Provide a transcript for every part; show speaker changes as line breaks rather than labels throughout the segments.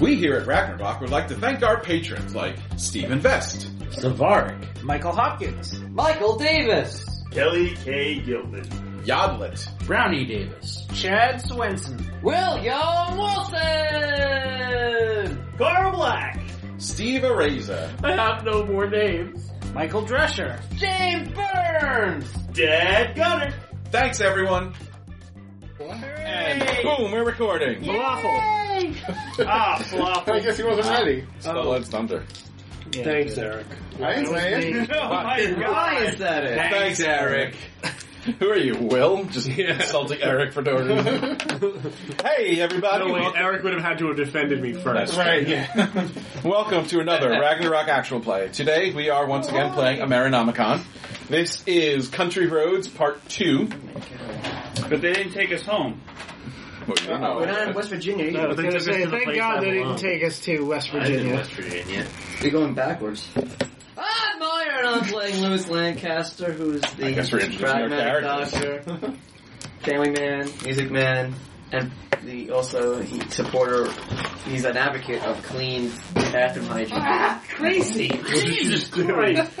We here at Ragnarok would like to thank our patrons like Steven Vest,
Savaric, Michael Hopkins,
Michael Davis.
Kelly K. Gilman.
Yodlet,
Brownie Davis, Chad Swenson,
William Wilson!
Carl Black.
Steve Areza,
I have no more names.
Michael Drescher,
James Burns!
Dad Gunner.
Thanks everyone. And boom, we're recording.
Falafel.
Ah,
I
falafel.
guess he wasn't ready.
Stolen thunder.
Thanks, Eric.
Ah.
I didn't say it.
oh my
Why is
god.
that it?
Thanks, Eric. Who are you, Will? Just insulting Eric for no reason. hey, everybody.
No, wait,
Wel-
Eric would have had to have defended me
That's
first.
Right, yeah.
Welcome to another Ragnarok actual play. Today we are once again playing Amerinomicon. This is Country Roads Part 2.
But they didn't take us home.
Well, Oh, you don't know.
We're not in West Virginia.
No,
either.
they took us to the
thank
place I
God they
belong.
didn't take us to West Virginia.
Virginia.
We're going backwards.
I'm Meyer and I'm playing Lewis Lancaster, who is the
I guess we're introducing our
pragmatic
characters.
doctor,
Family man,
music man.
and the also he supporter.
He's an advocate of clean bathroom hygiene.
Crazy.
Jesus Christ.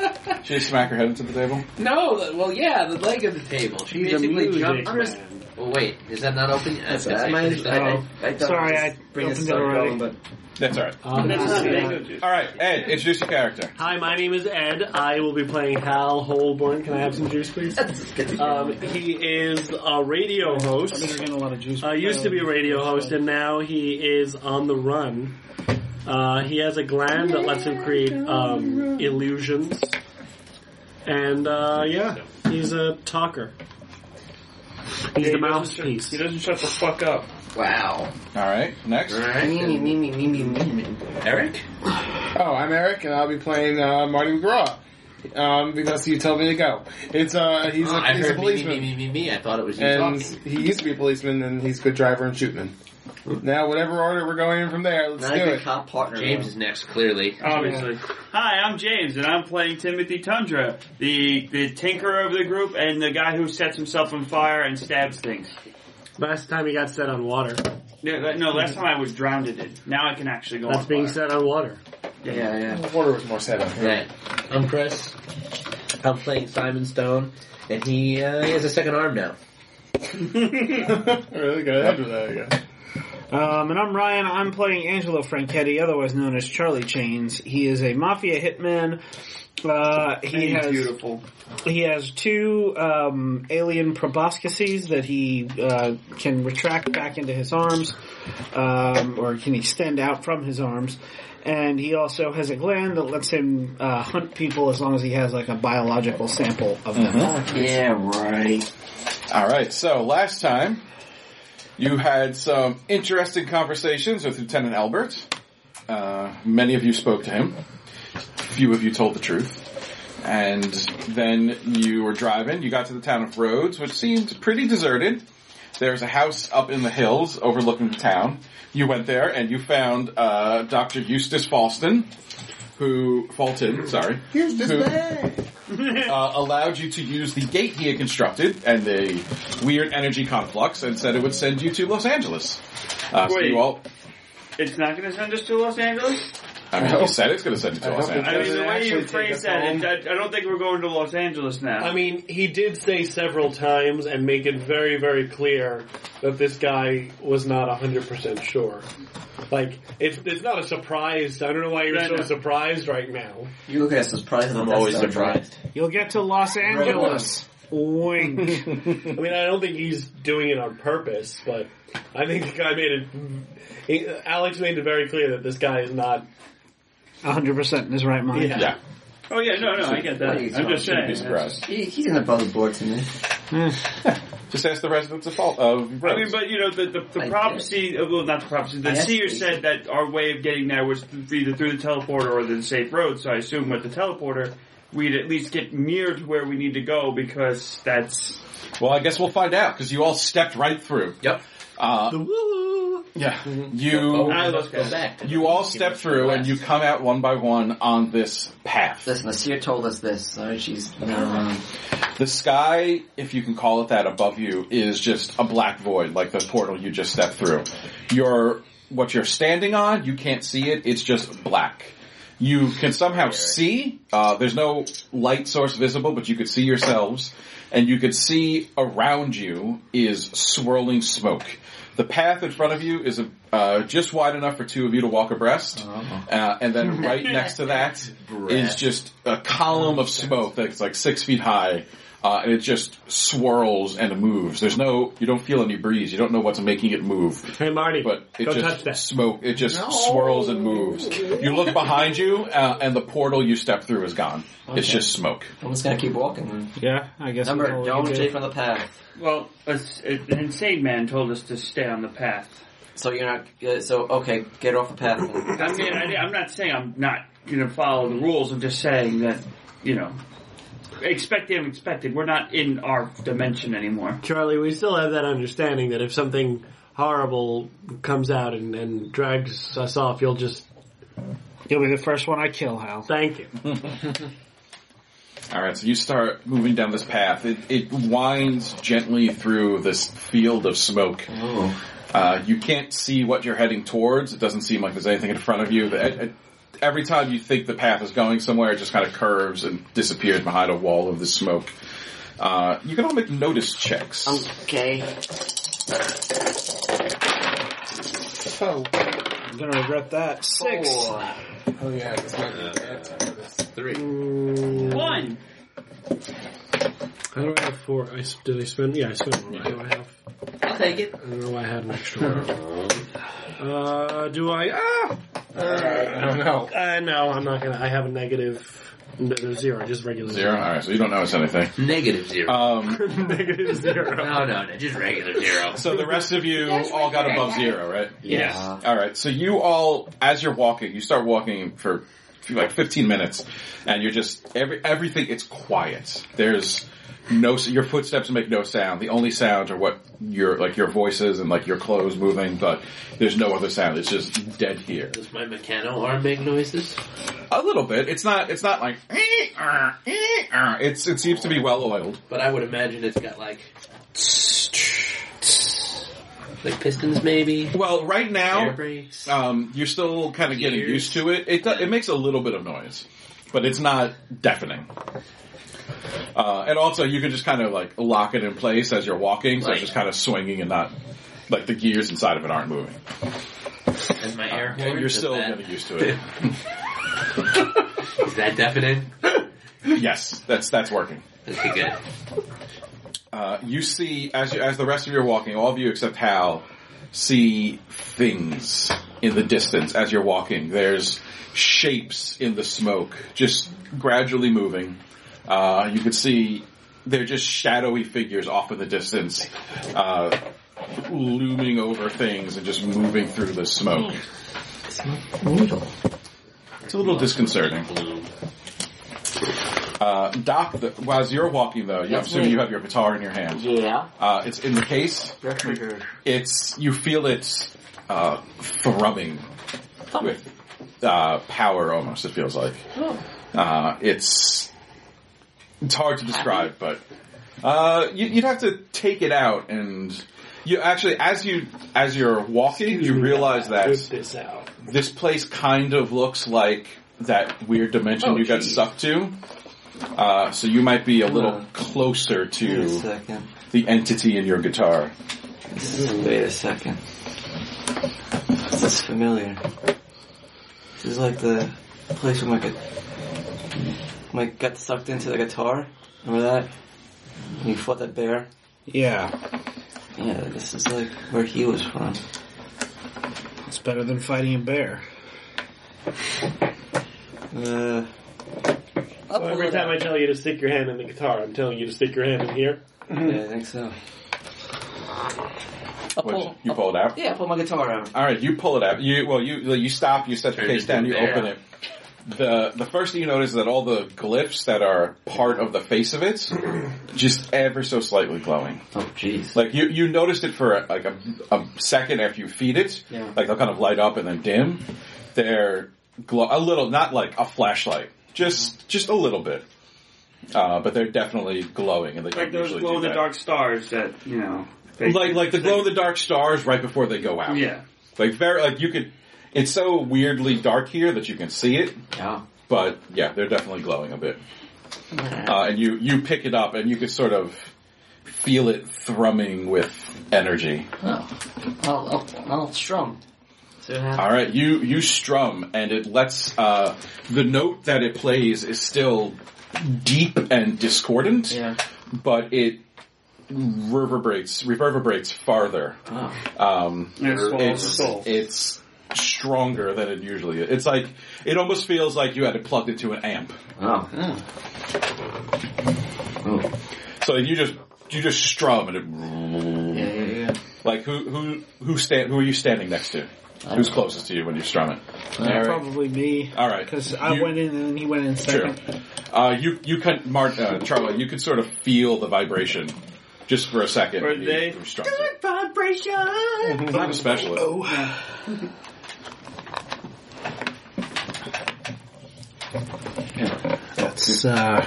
Should you smack her head into the table?
No, the- well, yeah, the leg of the table. She
He's a
basically
music
jumped. under his-
man.
Well, wait, is that not open? yet?
That's
Did I
that.
finish that?
I, I, I thought
Sorry,
just
I
bring this
opened it
stuff
already.
going, but
That's alright.
Oh,
Um,
That's not
yeah.
mango juice.
Alright, Ed, introduce your character.
Hi, my name is Ed. I will be playing Hal Holborn. Can I have some juice, please?
let's get to
Um, he is a radio
I think we're
host.
getting a lot of juice.
Uh, used to be a radio host, and now he is on the run. Uh, he has a gland that lets him create um, illusions. And uh, yeah, he's a talker. He's the mouthpiece.
He doesn't shut the fuck up.
wow.
Alright, next.
Me, me, me, me, me, me, me.
Eric?
Oh, I'm Eric, and I'll be playing uh, Marty McGraw. Um, because you told me to go. It's uh, he's a,
Ah, I
he's a
heard me,
policeman,
me, me, me, me. I thought it was you
and
talking.
he used to be a policeman, and he's a good driver and shootman. Now, whatever order we're going in from there, let's
Not a
do
good
it.
cop partner.
James is next, clearly.
Obviously. Hi, I'm James, and I'm playing Timothy Tundra, the the tinkerer of the group, and the guy who sets himself on fire and stabs things.
Last time he got set on water.
No, that- no, last time I was drowned in it. Now I can actually go
That's
on
being
fire.
set on water.
Yeah, yeah.
The order was more set up.
Right. I'm Chris. I'm playing Simon Stone, and he, uh, he has a second arm now.
really good. After that, I guess.
Um, and I'm Ryan. I'm playing Angelo Franchetti, otherwise known as Charlie Chains. He is a mafia hitman. Uh, he has
beautiful.
he has two um, alien proboscises that he uh, can retract back into his arms, um, or can extend out from his arms. And he also has a gland that lets him uh, hunt people as long as he has like a biological sample of them.
Yeah, right.
Alright, so last time you had some interesting conversations with Lieutenant Albert. Uh, many of you spoke to him. Few of you told the truth. And then you were driving, you got to the town of Rhodes, which seemed pretty deserted. There's a house up in the hills overlooking the town. You went there and you found uh, Dr. Eustace Falston, who Fulton, sorry, who, uh, allowed you to use the gate he had constructed and the weird energy conflux, and said it would send you to Los Angeles. Uh, so
Wait.
you all,
It's not going to send us to Los Angeles?
I mean, you said it's going to send you to
I
Los
hope it
Angeles.
I mean, the way
Actually
you
take us
phrased that,
home.
it, I, I don't think we're going to Los Angeles now.
I mean, he did say several times and make it very, very clear that this guy was not 100% sure. Like, it's, it's not a surprise. I don't know why you're
No,
so
no.
surprised right now.
You look at us surprised.
I'm always surprised.
You'll get to Los Angeles. Wink.
I mean, I don't think he's doing it on purpose, but I think the guy made it, he, Alex made it very clear that this guy is not,
100% in his right mind.
Yeah.
Yeah,
oh yeah, no, no, I get that.
What are you
I'm just
shouldn't
saying.
be surprised.
He, he didn't above the board to me.
Just ask the residents uh, of Fal- of
I
Rhodes.
mean, but you know, the, the, the
I
prophecy, uh, well, not the prophecy, the
I asked
seer
you.
said that our way of getting there was th- either through the teleporter or the safe road, so I assume with the teleporter, we'd at least get near to where we need to go because that's,
well, I guess we'll find out because you all stepped right through.
Yep.
Uh, yeah,
Mm-hmm.
you
I
I
look
let's go
good.
back.
you all step through and you come out one by one on this path.
Listen, the seer told us this, so she's never
uh,
wrong.
The sky, if you can call it that, above you is just a black void, like the portal you just stepped through. Your what you're standing on. You can't see it. It's just black. You can somehow see. Uh, there's no light source visible, but you could see yourselves, and you could see around you is swirling smoke. The path in front of you is uh, just wide enough for two of you to walk abreast, uh, and then right next to that is just a column of smoke that's like six feet high, uh, and it just swirls and moves. There's no, you don't feel any breeze. You don't know what's making it move
Hey, Marty,
but it
go
just
touch that.
smoke. It just swirls and moves. You look behind you, uh, and the portal you step through is gone. It's
Okay.
just smoke.
I'm just gonna keep walking. then.
Mm-hmm.
Yeah, I guess.
Remember,
that's all we
don't
can do.
stay from the path.
Well, a s- a- an insane man told us to stay on the path.
So you're not. Uh, so okay, get off the path. then.
I mean, I, am not saying I'm not going to follow the rules. I'm just saying that, you know, expect the unexpected. We're not in our dimension anymore.
Charlie, we still have that understanding that if something horrible comes out and, and drags us off, you'll just
You'll be the first one I kill, Hal.
thank you.
All right, so you start moving down this path. It, it winds gently through this field of smoke.
Oh,
Uh, you can't see what you're heading towards. It doesn't seem like there's anything in front of you. But, uh, Every time you think the path is going somewhere, it just kind of curves and disappears behind a wall of the smoke. Uh, you can all make notice checks.
okay.
So,
I'm gonna regret that. Six.
Four.
oh yeah, this might be bad.
Three.
One!
I don't have four. I, s- did I spend? Yeah, I spent one. Why do I have?
I'll take it.
I don't know why I had an extra one. uh, do I? Ah,
I don't know.
uh, no, I'm not gonna. I have a negative. No, no, zero, just regular
Zero. All right, so you don't notice anything.
Negative zero.
Um,
negative zero.
no, no, no, just regular zero.
So the rest of you all got above zero, right?
Yes.
Uh,
All right. So you all, as you're walking, you start walking for like 15 minutes, and you're just every everything. It's quiet. There's no your footsteps make no sound. The only sounds are what your like your voices and like your clothes moving, but there's no other sound. It's just dead here.
Does my mechano arm make noises?
A little bit. It's not. It's not like. "Eh, er, eh, er." It's it seems to be well oiled.
But I would imagine it's got like. Like pistons, maybe?
Well, right now,
Air brakes?
Um, you're still kind of getting
Gears.
used to it. It do- it makes a little bit of noise, but it's not deafening. Uh, and also, you can just kind of like lock it in place as you're walking, so
Right.
it's just kind of swinging and not like the gears inside of it aren't moving.
And my air horn?
And you're
Is
still
that,
getting used to it.
Is that definite?
yes, that's that's working.
That'd be good.
Uh, you see, as you, as the rest of you are walking, all of you except Hal see things in the distance as you're walking. There's shapes in the smoke, just gradually moving. Uh, you can see they're just shadowy figures off in the distance, uh, looming over things and just moving through the smoke.
needle.
It's a little disconcerting.
Blue.
Uh, Doc, the, well, as you're walking though, you, I'm assuming you have your guitar in your hand.
Yeah.
Uh, it's in the case.
Record.
it's you feel it uh, thrumming with uh, power almost. It feels like
Oh.
uh, it's it's hard to describe, but uh, you, you'd have to take it out and. You actually, as you as you're walking, you realize
Whip
that
this out.
this place kind of looks like that weird
Oh,
dimension you got stuck to. Uh, so you might be a little
on.
closer
Wait a
to
second.
the entity in your guitar.
Wait a second. This is familiar. This is like the place where my gu- my got sucked into the guitar. Remember that? When you fought that bear.
Yeah,
Yeah, this is like where he was from.
it's better than fighting a bear.
Uh,
So every time I tell you to stick your hand in the guitar, I'm telling you to stick your hand in here.
yeah, I think so. I'll
Which
pull,
you pulled out.
yeah, I pull my guitar out.
All right, you pull it out. You well, you you stop. You set your
Turn
case
it
down. You
there.
open it. The the first thing you notice is that all the glyphs that are part of the face of it, just ever so slightly glowing.
Oh, jeez.
Like you you noticed it for like a, a second after you feed it.
Yeah.
Like they'll kind of light up and then dim. They're glow a little, not like a flashlight, just just a little bit. Uh, but they're definitely glowing, and they
Like
don't
those
usually
glow
do
in the
that.
dark stars that, you know. they-
Like like the glow in the dark stars right before they go out.
Yeah.
Like very like you could. It's so weirdly dark here that you can see it,
Yeah.
but yeah, they're definitely glowing a bit. Uh, and you you pick it up and you can sort of feel it thrumming with energy.
Oh. I'll, I'll, I'll strum. See what happens.
All right, you you strum, and it lets uh, the note that it plays is still deep and discordant,
Yeah.
but it reverberates reverberates farther.
Oh.
Um,
It's full of
it's
soul.
it's stronger than it usually is. It's like it almost feels like you had it plugged into an amp.
Oh. Oh.
So you just you just strum, and it
Yeah,
Mm-hmm.
yeah, yeah.
like who who who stand who are you standing next to? Who's closest to you when you strum it?
Probably me.
All right.
Because I
You-
went in and he went in
Sure.
second.
Uh, you you can, Mart, uh, Charlie, you could sort of feel the vibration just for a second.
Were
when you-
they-
you struck it. It's not a specialist.
It's, uh,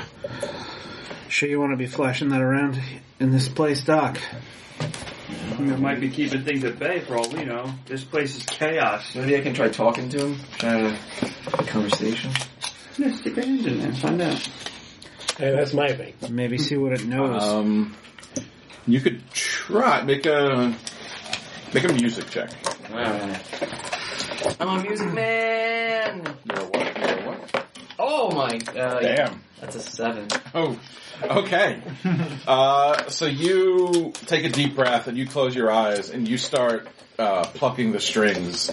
sure you want to be flashing that around in this place, Doc?
It might be keeping things at bay for all we know. This place is chaos.
Maybe I can try talking to him, trying to conversation.
Yeah, stick your hand in there. Find out.
Hey, that's my thing.
Maybe see what it knows.
Um, you could try make a make a music check.
I'm a music man.
You're a what? You're a what?
Oh my! Uh, yeah,
Damn.
that's a seven.
Oh, okay. uh, so you take a deep breath and you close your eyes and you start uh, plucking the strings.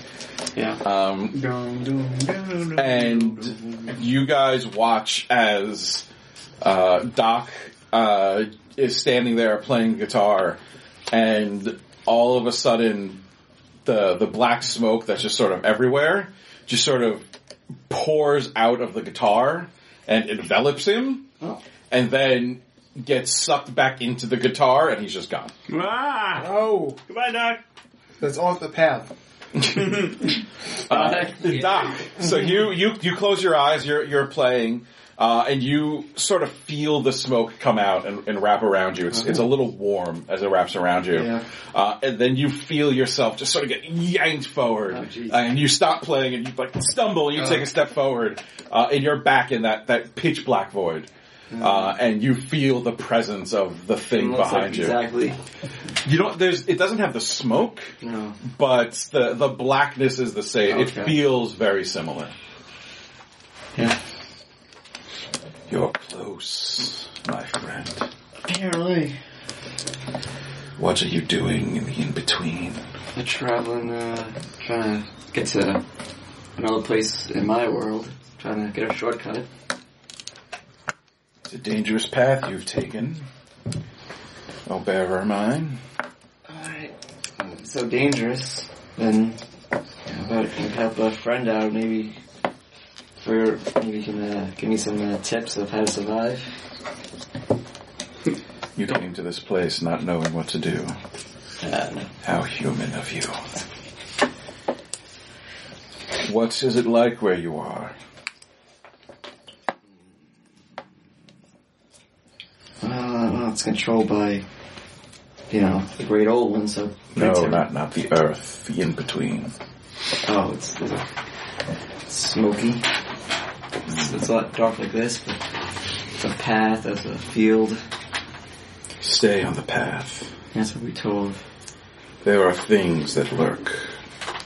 Yeah.
Um, and you guys watch as uh, Doc uh, is standing there playing guitar, and all of a sudden, the the black smoke that's just sort of everywhere just sort of pours out of the guitar and envelops him, and then gets sucked back into the guitar, and he's just gone.
Ah!
Oh,
Goodbye, Doc.
that's off the path.
Uh, Doc, so you, you you close your eyes, you're you're playing, uh, and you sort of feel the smoke come out and, and wrap around you. It's it's a little warm as it wraps around you, uh, and then you feel yourself just sort of get yanked forward,
Oh,
and you stop playing and you like stumble, and you
Uh-huh.
take a step forward, uh, and you're back in that that pitch black void. Uh, and you feel the presence of the thing
Looks like
behind you.
Exactly.
You don't. There's. It doesn't have the smoke,
No.
but the the blackness is the same.
Okay.
It feels very similar.
Yeah.
You're close, my friend.
Apparently,
What are you doing in the in between?
I'm traveling, uh, trying to get to another place in my world. Trying to get a shortcut.
It's a dangerous path you've taken. Oh, bear or mine.
Alright. It's so dangerous. Then, how about if you help a friend out, maybe, or maybe you can uh, give me some uh, tips of how to survive.
You came to this place not knowing what to do.
Uh,
How human of you. What is it like where you are?
Uh, well, it's controlled by, you know, the great old one, so.
No, not not the earth, the in between.
Oh, it's, it's smoky. It's, it's not dark like this, but it's a path, there's a field.
Stay on the path.
That's what we told.
There are things that lurk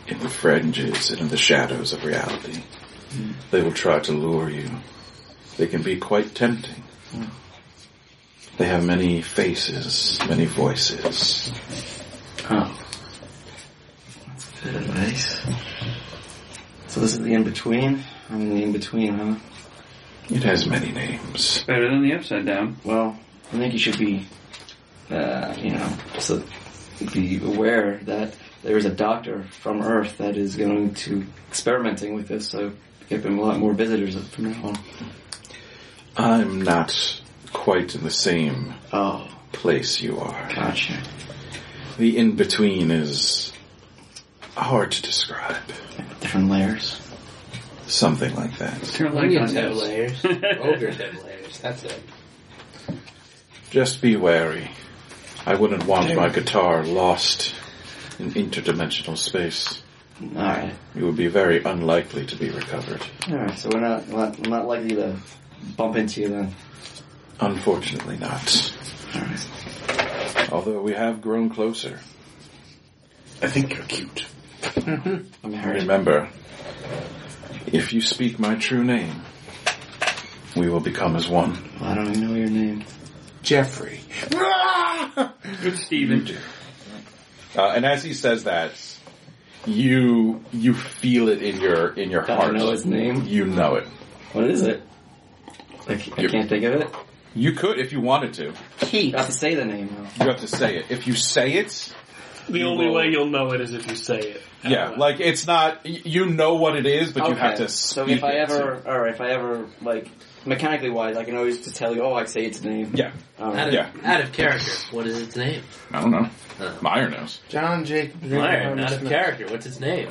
in the fringes and in the shadows of reality. They will try to lure you. They can be quite tempting. They have many faces, many voices.
Oh. That's good advice. So this is the in-between? I'm in the in-between, huh?
It has many names.
Better than the upside down.
Well, I think you should be, uh, you know, so be aware that there is a doctor from Earth that is going to experimenting with this. So get them a lot more visitors from now on.
I'm not quite in the same
Oh,
place you are.
gotcha.
The in between is hard to describe.
Different layers.
Something like that.
Turn lights on
have
this.
layers. Ogres have layers. That's it.
Just be wary. I wouldn't want my guitar lost in interdimensional space.
Alright.
It would be very unlikely to be recovered.
Alright, so we're not, we're not, we're not likely to bump into you then.
Unfortunately not.
Alright.
Although we have grown closer. I think you're cute.
I'm Harry.
Mm-hmm. Remember, if you speak my true name, we will become as one.
Well, I don't even know your name.
Jeffrey.
Good Steven.
Uh, and as he says that, you you feel it in your in your
Don't
heart.
know his name.
You know it.
What is it? I, c- I
Your-
can't think of it.
You could if you wanted to. You
Keith. I have to say the name though.
have to say it. If you say it,
The
You
only
will-
way you'll know it is if you say it.
yeah, like it's not. y- You know what it is, but you have to.
So
speak
if I
it.
ever, or if I ever, like, mechanically wise, I can always just tell you, oh, I say its name.
yeah,
Alright.
Out of,
Yeah.
out of character. What is its name?
I don't know.
Uh,
Meyer knows.
John Jacob.
Myron, out of character. What's its name?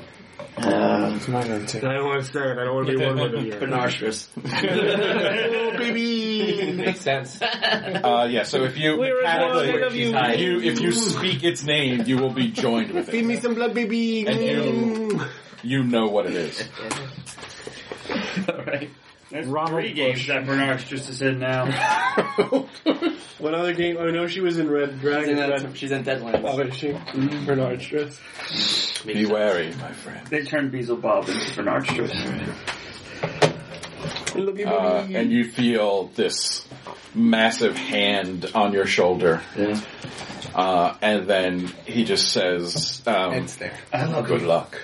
Uh,
It's my name too.
I don't want to say it. I don't want to be one with it yet.
Benarstrous.
Makes sense.
Uh, yeah. So if you
We're as one
mechanically-
of you.
Hi.
you if you speak its name, you will be joined with
Feed
it,
me some blood, baby.
and you you know what it is.
Alright. That's
Ronald
three games
Bush.
that Bernard's just is in now.
What other game? I know she was in Red
She's in,
Dragon.
that,
Red.
she's in Deadlands.
Oh, is she? Bernard Stress.
Be wary, my friend.
They turned Beelzebub into Bernard Strauss.
Look at
Uh,
me.
and you feel this massive hand on your shoulder,
Yeah.
uh, and then he just says, um,
It's there.
"Good luck."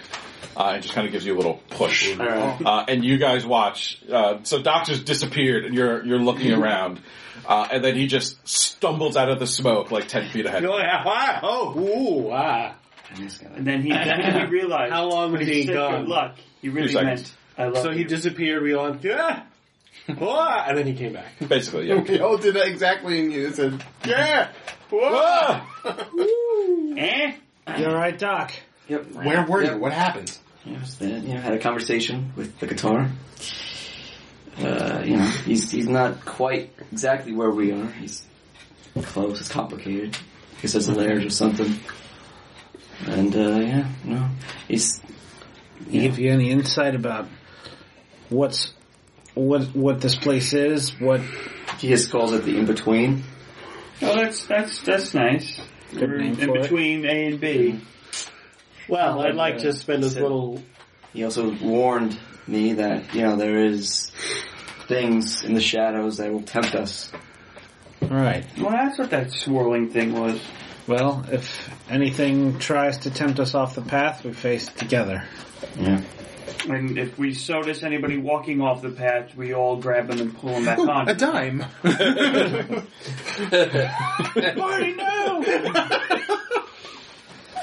Uh, and just kind of gives you a little push.
Alright.
Uh, and you guys watch. Uh, so Doctor's disappeared, and you're you're looking around, uh, and then he just stumbles out of the smoke like ten feet ahead.
You're like, ah, ah, oh, ooh, ah.
And then he, then he realized
How long
when
was
he
he
said
gone?
good luck, he really
Two seconds.
meant I love
So he
you.
disappeared. We all went, yeah, ah, and then he came back.
Basically, yeah.
We all did that exactly, and you said, "Yeah."
Whoa!
Eh?
You alright, Doc?
Yep.
Where were
Yep.
you? What happened?
Yeah, I was there, you know, had a conversation with the guitar. Uh, you know, he's he's not quite exactly where we are. He's close. It's complicated. I guess there's a layers or something. And uh, yeah, no, he's
He give you any insight about what's what what this place is? What
he just calls it the in between.
Well, that's, that's, that's nice. We're
name
in
for it.
between A and B.
Well, I'd like to spend this little.
He also warned me that you know there is things in the shadows that will tempt us.
right.
Well, that's what that swirling thing was.
Well, if anything tries to tempt us off the path, we face it together.
Yeah,
And if we notice anybody walking off the path, we all grab them and pull them back on.
A dime.
Marty, no!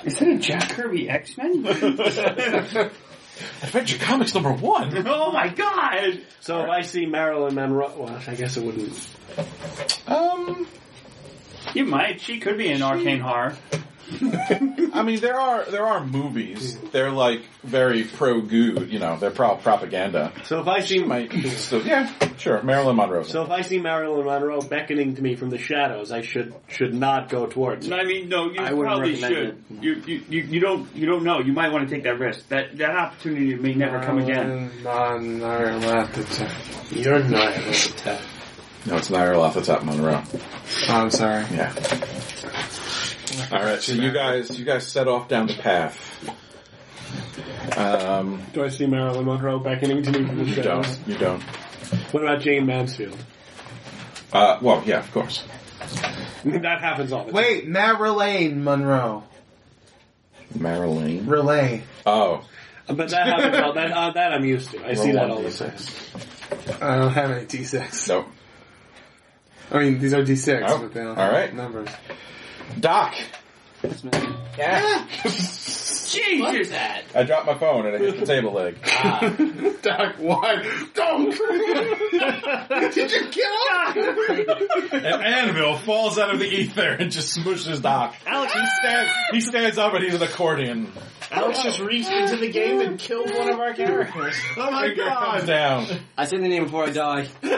Is that a Jack Kirby X-Men?
Adventure Comics number one.
oh my god!
So if I see Marilyn Monroe, well, I guess it wouldn't.
Um,
You might. She could be in arcane horror.
I mean, there are there are movies. They're like very pro goo. You know, they're pro propaganda.
So if I see
Might so yeah, sure. Marilyn Monroe.
so if I see Marilyn Monroe beckoning to me from the shadows, I should should not go towards. her.
I mean, no, you
I wouldn't
probably
recommend
should. You, you, you, you don't you don't know. You might want to take that risk. That that opportunity may never come again.
Nine are left You're not left
no, it's Nyarlathotep off the top Monroe.
Oh, I'm sorry.
Yeah. All right. So you guys, you guys set off down the path. Um,
Do I see Marilyn Monroe beckoning to me from the
you
shadows?
don't. You don't.
What about Jane Mansfield?
Uh, well, yeah, of course.
that happens all the time.
Wait, Marilyn Monroe.
Marilyn.
Relay.
Oh,
But that happens all that uh, that I'm used to. I see that all the time.
I don't have any D6.
so
I mean, these are D6,
Oh,
but they don't
all
have
right.
numbers.
Doc,
Jesus! That?
I dropped my phone and I hit the table leg.
Doc, why? Don't! Did you kill him?
An anvil falls out of the ether and just smushes Doc.
Alex,
He stands, he stands up and he's an accordion.
Alex just
Oh.
reached into the game and killed one of our characters.
Oh my god! down.
I say the name before I die.
All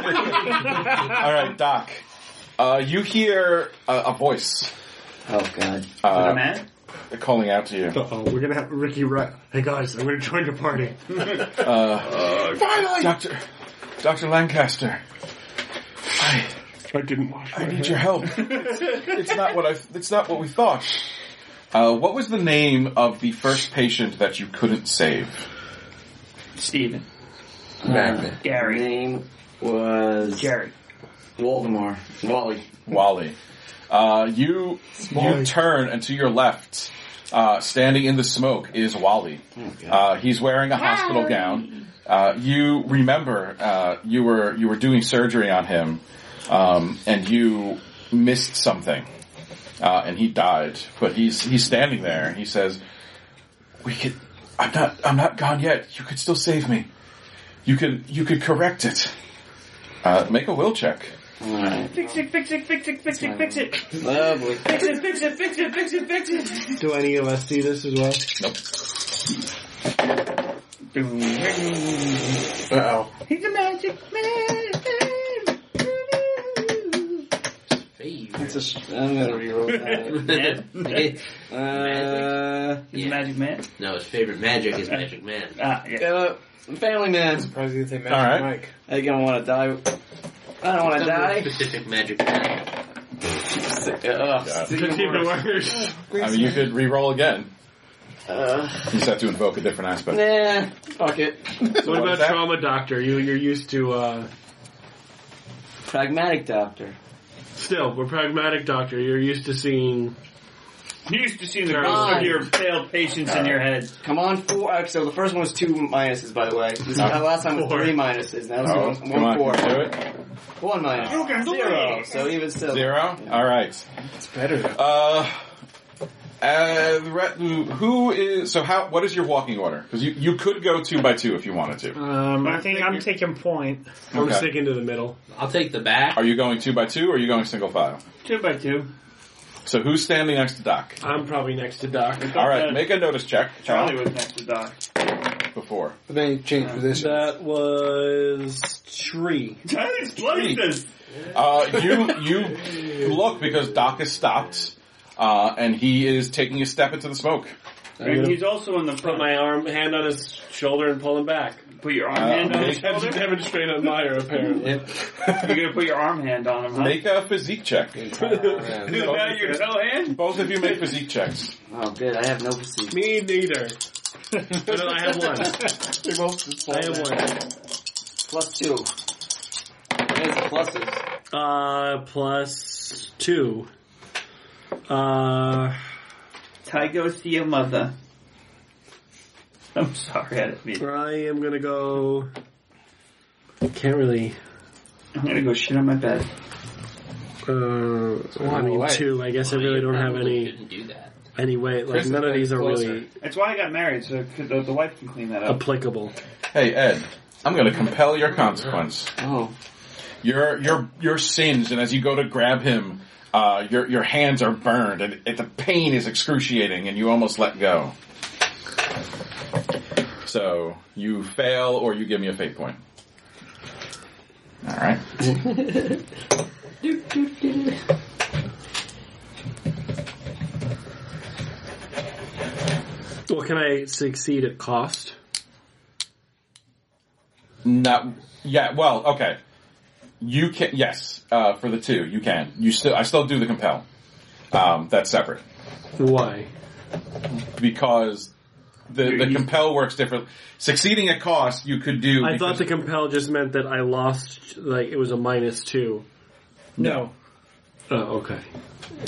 right, Doc. Uh, you hear a, a voice.
Oh God,
Uh,
Matt,
They're calling out to you.
Uh-oh, we're gonna have Ricky Rut. Hey guys, I'm gonna join your party.
Finally, Doctor, Doctor Lancaster. I,
I didn't watch
I need your help. it's, it's not what I. It's not what we thought. Uh, what was the name of the first patient that you couldn't save?
Steven.
Exactly.
Gary.
Name was
Jerry.
Waldemar. Wally.
Wally. Uh, you you turn and to your left, uh, standing in the smoke is Wally. Uh, he's wearing a hospital gown. Uh, you remember uh, you were you were doing surgery on him, um, and you missed something, uh, and he died. But he's he's standing there. He says, "We could. I'm not. I'm not gone yet. You could still save me. You could. You could correct it. Uh, make a will check."
Alright.
Fix it, fix it, fix it, fix it, fix it. Fix
Lovely.
it, fix it, fix it, fix it, fix it.
Do any of us see this as well?
Nope.
Uh-oh.
He's a magic man.
It's a sh- I'm gonna reroll
Magic.
that. Uh,
He's a magic man.
no, his favorite magic is Magic Man.
Ah, yeah.
yeah, look, family man.
Surprised you didn't say
All
Magic
right.
Mike.
I don't want to die. I don't want to die.
Specific Magic Man.
Sick- uh,
Yeah.
sick
It's
of
even
worse.
worse.
I mean, you could re-roll again.
Uh,
You just have to invoke a different aspect.
nah, fuck it.
What
was
about
that?
trauma doctor? You, you're used to, uh,
Pragmatic doctor.
still, we're pragmatic doctor. You're used to seeing,
You used to see the
Come
ghosts
on.
of your failed patients in your head.
Come on, four. uh, So the first one was two minuses, by the way. This is, uh, last time was
Four.
three minuses. Now
Oh,
it's one,
come
one
on,
four.
can you do it.
One minus.
You can do
Zero.
it.
So even still.
Zero. All right.
It's better.
Uh, uh, the re- who is so? How? What is your walking order? Because you, you could go two by two if you wanted to.
Uh-huh.
Um, I think I'm taking point.
I'm
Okay.
sticking to the middle.
I'll take the back.
Are you going two by two or are you going single file?
Two by two.
So who's standing next to Doc?
I'm probably next to doc.
All right, make a notice check.
uh, Charlie was next to Doc.
before.
But then you change position.
That was three.
Charlie's places.
Uh, you you look because Doc is stopped, uh, and he is taking a step into the smoke.
And he's also in the
Put
front.
my arm, hand on his shoulder and pull him back.
Put your arm
Uh,
hand on his
make-
That's
shoulder.
a demonstrate on Meyer, apparently.
You're gonna put your arm hand on him, huh?
Make a physique check.
now your toe hand?
Both of you make physique checks.
Oh, good. I have no perceived.
Me neither. No, no, I have one. I have one.
Plus two. There's the pluses.
Uh, plus two. Uh,
Ty, go see your mother. I'm sorry, I didn't mean.
I am gonna go. Can't really.
I'm gonna go shit on my bed.
Uh, I mean,
away.
two. I guess I really don't have any
Didn't do that.
any way. Like
Chris
none
is
of these are
closer.
really
That's why I got married, so the, the wife can clean that up.
applicable.
Hey Ed, I'm going to compel your consequence.
Oh.
You're you're you're singed, and as you go to grab him, uh, your your hands are burned, and it, the pain is excruciating, and you almost let go. So you fail, or you give me a fate point. All right.
Well, can I succeed at cost?
Not yeah. Well, okay. You can yes uh, for the two. You can. You still. I still do the compel. Um, that's separate
Why?
because the the
You-
compel works different. Succeeding at cost, you could do.
I thought
because-
the compel just meant that I lost. Like it was a minus two.
no.
Oh, okay.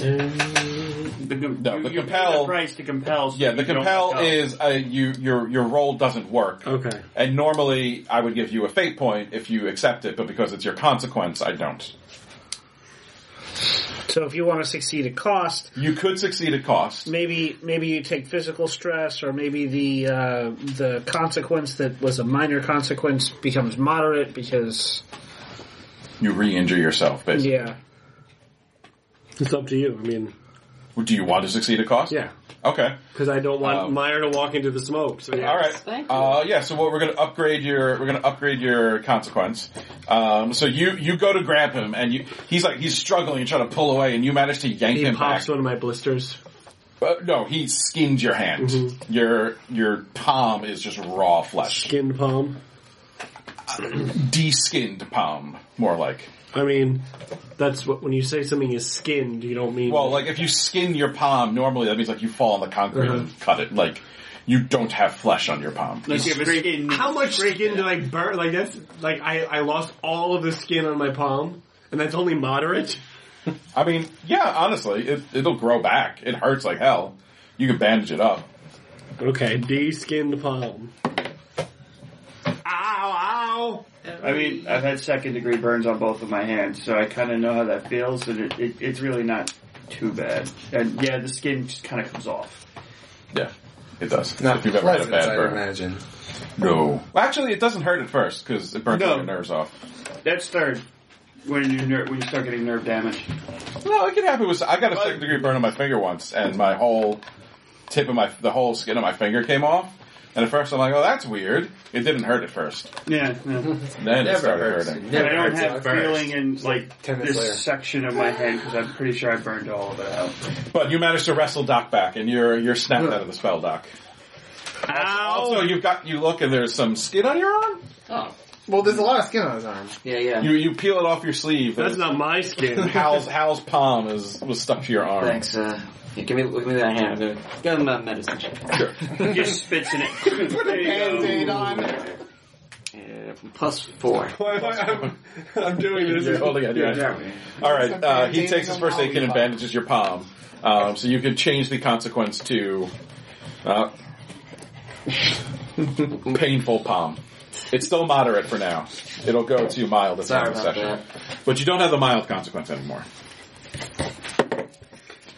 Um,
The, com-
No,
you-
the
you pay
compel-
The price to compel. so
Yeah, the
you don't
compel is uh, you, your your roll doesn't work.
Okay.
And normally I would give you a fate point if you accept it, but because it's your consequence, I don't.
So if you want to succeed at cost,
You could succeed at cost.
maybe maybe you take physical stress, or maybe the uh, the consequence that was a minor consequence becomes moderate because
You re-injure yourself, basically.
yeah.
It's up to you. I mean,
Do you want to succeed at cost?
yeah.
Okay.
Because I don't want
Um,
Meyer to walk into the smoke. So yeah.
All right.
Thank you.
Uh, yeah. So what we're gonna upgrade your we're gonna upgrade your consequence. Um, so you you go to grab him and you he's like he's struggling and trying to pull away and you manage to yank
He
him
pops
back.
one of my blisters.
Uh, no, he skinned your hand.
Mm-hmm.
Your your palm is just raw flesh,
Skinned palm.
de-skinned palm, more like.
I mean, that's what when you say something is skinned, you don't mean.
Well, like if you skin your palm, normally that means like you fall on the concrete
Uh-huh.
and cut it. Like you don't have flesh on your palm.
Like
Yeah, but How much skin did I burn? Like that's like I, I lost all of the skin on my palm, and that's only moderate.
I mean, yeah, honestly, it, it'll grow back. It hurts like hell. You can bandage it up.
Okay, de-skinned palm. Ow! Ow!
I mean, I've had second degree burns on both of my hands, so I kind of know how that feels, and it, it, it's really not too bad. And yeah, the skin just kind of comes off.
Yeah, it does.
Not
if you've ever had a
pleasant,
bad
I
burn.
imagine.
No. Well, actually, it doesn't hurt at first because it burns
No.
all your nerves off.
That's third. When you ner- when you start getting nerve damage,
No, it can happen. With I got a second degree burn on my finger once, and my whole tip of my the whole skin of my finger came off. And at first, I'm like, "Oh, that's weird." It didn't hurt at first.
yeah, yeah.
And then it
Never
started
hurts.
hurting.
But I don't
hurts
have
at first.
feeling in like
Ten
this
minutes later.
section of my hand because I'm pretty sure I burned all of it out.
But you managed to wrestle Doc back, and you're you're snapped out of the spell, Doc.
Oh.
Also, you've got you look, and there's some skin on your arm.
Oh,
Well, there's a lot of skin on his arm.
yeah, yeah.
You you peel it off your sleeve.
That's not my skin.
Hal's Hal's palm is was stuck to your arm.
Thanks. Uh, yeah, give me give me that hand. I'm gonna give him uh, medicine.
Sure.
Just spits in it.
Put a
There you go.
band-aid on.
Yeah, plus four.
Why am I- I'm, I'm doing
You're
this.
holding it. Yeah. All right. Uh, he takes his first aid kit and bandages your palm, um, so you can change the consequence to uh, painful palm. It's still moderate for now. It'll go to mild at the end
Sorry
of the
about
session, but you don't have the mild consequence anymore.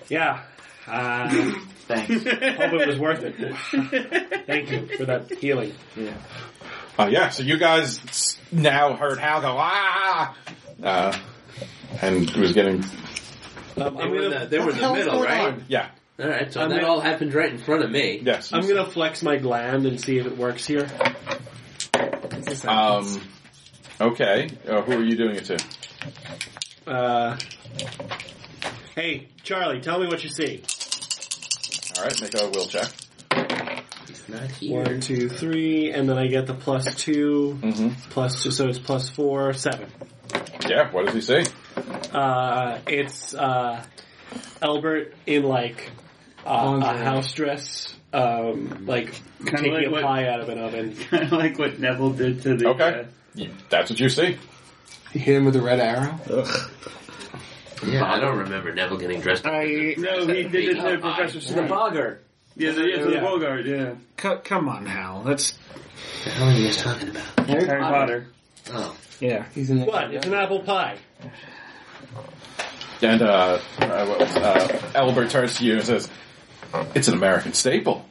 Yeah. Uh,
Thanks.
hope it was worth it. Thank you for that healing.
Yeah.
Uh, yeah. So you guys s- now heard Hal go ah, uh, and he was getting
Um,
They
I'm
were in
gonna
the, they were in the middle, right?
yeah
All right, so
I'm
that
gonna-
all happened right in front of me.
yes.
I'm gonna flex my gland and see if it works here.
Um, okay. Uh, who are you doing it to?
Uh, hey, Charlie, tell me what you see.
All right. Make a will check.
Not here.
One, two, three, and then I get the plus two,
hmm
Mm-hmm.
plus two, so it's plus four, seven.
Yeah. What does he say?
Uh, it's uh, Albert in like uh, a
Lingerie.
house dress, um, like taking
like
a
what-
pie out of an oven.
Kind of like what Neville did to the. uh,
Okay. You- That's what you see.
You hit him with a red arrow.
Yeah, I don't remember Neville getting dressed. up.
uh,
I
no, he did it to Professor
The
Snape.
bogger.
Yeah, the, yeah, the
Yeah.
Bogart, yeah.
c- come on, Hal. That's
What the hell are you guys talking about?
Harry
Harry
Potter.
Potter.
Oh,
yeah.
He's in the
What? It's an apple pie.
And uh, uh, uh, Albert turns to you and says, "It's an American staple."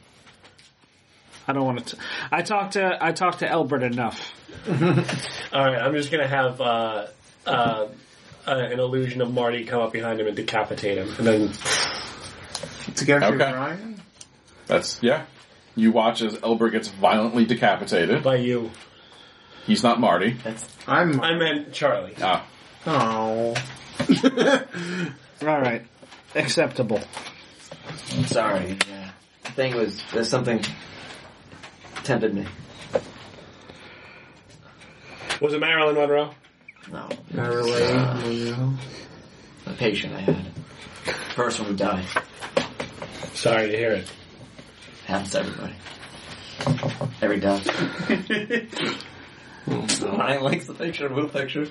I don't want to. I talked to I talked to Albert enough.
All right, I'm just gonna have uh, uh, uh, an illusion of Marty come up behind him and decapitate him, and then
together
Okay.
with Ryan.
That's yeah. You watch as Albert gets violently decapitated.
by you.
He's not Marty.
I'm.
I meant Charlie.
Ah,
Oh.
All right, acceptable.
Sorry. Yeah. The thing was, there's something tempted me.
Was it Marilyn Monroe?
No. Uh, a patient I had. Person who died.
Sorry to hear it.
Happens to everybody. Every death. I likes the picture, move picture.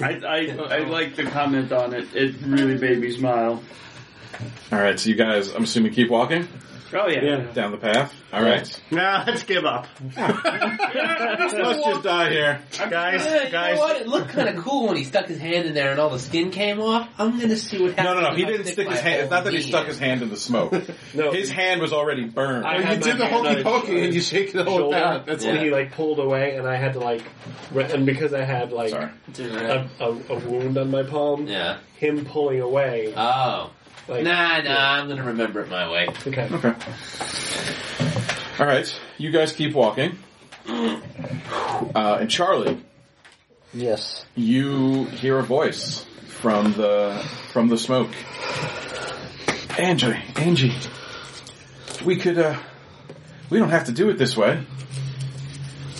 I, I, I like the comment on it. It really made me smile.
all right. So you guys, I'm assuming, keep walking
Oh, yeah.
Yeah.
down the path. All right.
Nah, let's give up,
Let's just die here.
guys.
Yeah, you
guys,
know what? It looked kind of cool when he stuck his hand in there and all the skin came off. I'm gonna see what
No,
happens.
no, no. He
if I
didn't stick
my
his hand. It's not that he
whole
stuck his
hand.
hand in the smoke.
no.
His hand was already burned.
I
You
had
did
my
the
hand on
hokey
his
pokey and you shake the whole
shoulder,
out. That's
and he like pulled away, and I had to like, re- and because I had like
Sorry.
a, a, a wound on my palm,
Yeah.
him pulling away,
Oh.
like
nah, nah. I'm gonna remember it my way.
okay.
Okay. All right, you guys keep walking. Uh, and Charlie,
Yes.
you hear a voice from the from the smoke. Angie, Angie,
we could, uh, we don't have to do it this way.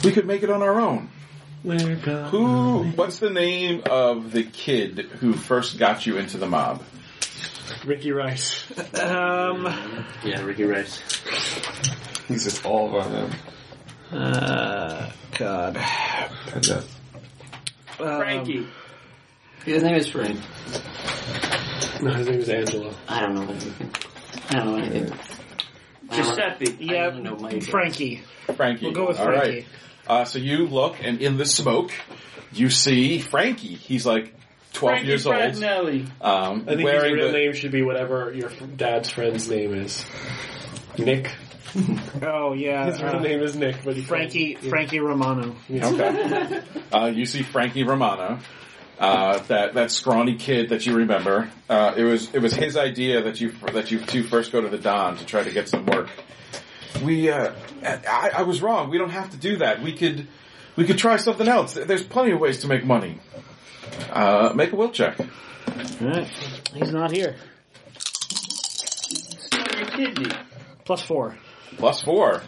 We could make it on our own.
We're gone.
Who, what's the name of the kid who first got you into the mob?
Ricky Rice.
Um,
Yeah, Ricky Rice.
He's just all of them.
uh, God. Um,
Frankie.
His name is Frank.
No, his name is Angelo.
I don't know anything. I don't know anything. I don't-
Giuseppe.
uh, I
Yeah,
don't know my
Frankie.
Frankie.
We'll go with
All
Frankie.
right. Uh, so you look, and in the smoke, you see Frankie. He's like 12
Frankie
years old.
Fredinelli.
Um,
I think his
wearing
real
the,
name should be whatever your f- dad's friend's name is. Nick.
Oh yeah,
His real
uh,
name is Nick, but he
Frankie. Frankie Romano.
Okay. uh, you see Frankie Romano, uh, that that scrawny kid that you remember. Uh, it was it was his idea that you that you two first go to the Don to try to get some work. We uh, I, I was wrong. We don't have to do that. We could we could try something else. There's plenty of ways to make money. Uh, make a will check.
Alright. He's not here.
Your kidney.
Plus four.
Plus four.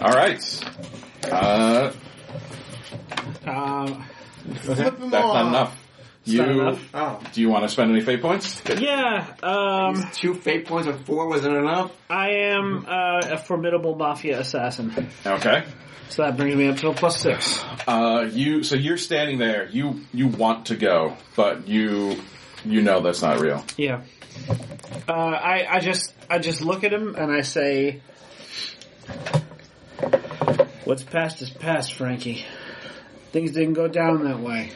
All right. Uh,
Um,
Flip them
that's not
all.
enough. You
not enough.
Oh.
do you want to spend any fate points?
yeah, um,
Two fate points of four wasn't enough?
I am uh, a formidable mafia assassin,
Okay.
so that brings me up to a plus six.
Uh, you so you're standing there. You you want to go, but you you know that's not real.
Yeah. Uh, I I just I just look at him and I say, "What's past is past, Frankie. Things didn't go down that way."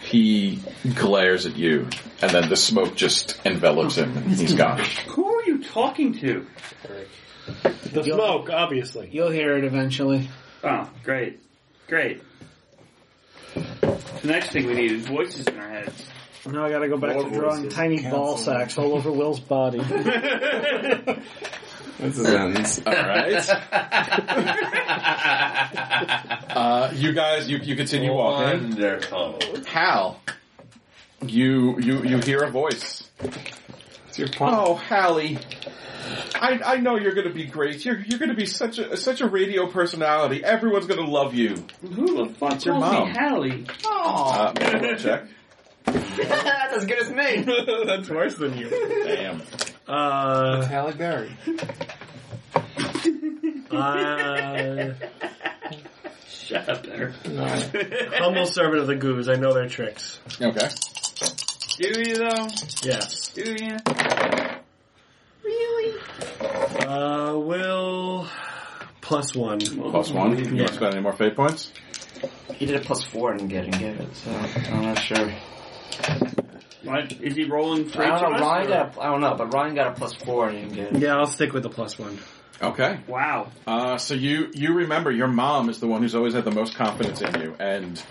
He glares at you, and then the smoke just envelops him, and he's gone.
Who are you talking to?
The smoke, obviously.
You'll hear it eventually.
Oh, great. Great. The next thing we need is voices in our heads.
Now I gotta go back to drawing tiny ball sacks all over Will's body.
This is ends.
All right. uh, you guys, you you continue walking.
Wonderful.
Hal, you you you hear a voice.
It's your pump.
Oh, Hallie. I, I know you're going to be great. You're, you're going to be such a such a radio personality. Everyone's going to love you.
Who the fuck
your
calls
mom.
me Hallie?
Oh,
Uh, make a will check.
that's as good as me.
That's worse than you.
Damn.
Uh,
Halle Berry.
uh,
Shut up, Eric.
humble servant of the goose. I know their tricks.
Okay.
Do you though?
Yes.
Do you?
Uh, will plus one.
Plus one. You want to spend any more fate points?
He did a plus four and didn't get it, so I'm not sure.
What? Is he rolling straight
I
to
don't
us?
know, Ryan
or-
got a, I don't know, but Ryan got a plus four and he didn't get it.
Yeah, I'll stick with the plus one.
Okay.
Wow.
Uh, so you you remember your mom is the one who's always had the most confidence in you, and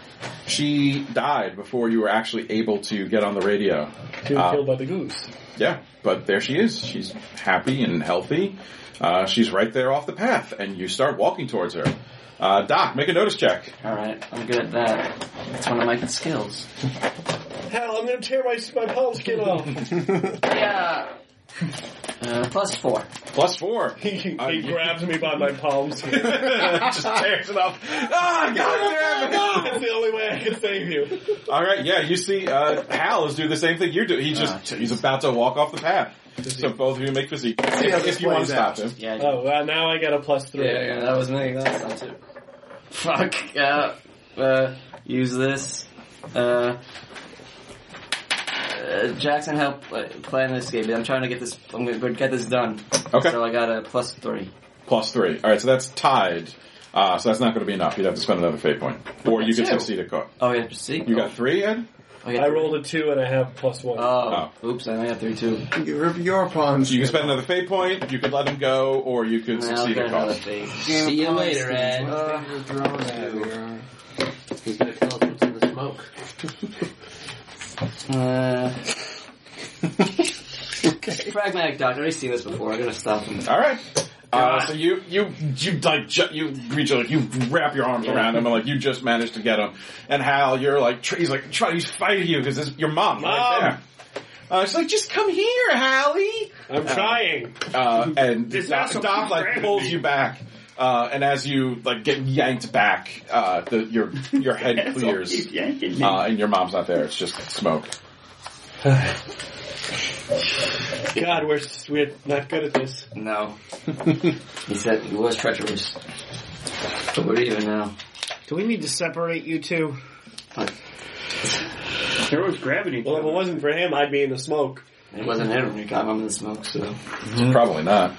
she died before you were actually able to get on the radio.
She was
Uh,
killed by the goose.
Yeah, but there she is. She's happy and healthy. Uh, she's right there off the path, and you start walking towards her. Uh, Doc, make a notice check.
Alright, I'm good at that. That's one of my skills.
Hell, I'm gonna tear my my palm skin off.
Yeah. Uh, plus four.
Plus four.
he he
I-
grabs me by my palm skin.
Just tears it up. Ah, God damn it!
That's the only way I can save you.
All right, yeah, you see, uh, Hal is doing the same thing you're doing. He just
Ah, jeez.
he's about to walk off the path. So both of you make physique
how
if,
this
if you want to
plays out.
stop him.
Yeah, I did.
Oh, well, now I got a plus three.
Yeah, yeah, that was me. That's not too. Fuck. Yeah. Uh, use this. Uh, uh, Jackson help uh, plan this game. I'm trying to get this. I'm gonna get this done.
Okay,
So I got a plus three.
plus three. All right, so that's tied. Uh, so that's not going to be enough. You'd have to spend another fate point, or you could
Two.
succeed at court.
Oh, yeah. See,
You got three, Ed.
I, got
I
three.
rolled a two and I have plus one.
Oh, oops! I only got three too.
You rip your pawns.
So you can spend another fate point. You could let him go, or you could
Now I
succeed
got
at
another
cost.
thing. See you later, Ed.
He's gonna tell us what's in the smoke.
Uh, Pragmatic doctor. I've already seen this before. I'm gonna stop him.
All right. Uh, so you you you like ju- you reach out, you wrap your arms around him and like you just managed to get him. And Hal, you're like tr- he's like trying he's fighting you because your mom, right
Mom!
there.
Uh, she's like, just come here, Hallie.
I'm trying.
Uh, and
This
Doc,
asshole
Doc, like
grabbed
pulls
me.
you back. Uh, and as you like get yanked back, uh, the, your your head clears, uh, and your mom's not there. It's just smoke.
God, we're s- we're not good at this.
No. he said he was treacherous. But we're even now.
Do we need to separate you two?
There was gravity.
Well, if it wasn't for him, I'd be in the smoke.
It wasn't him when he got him in the smoke, so.
Probably not.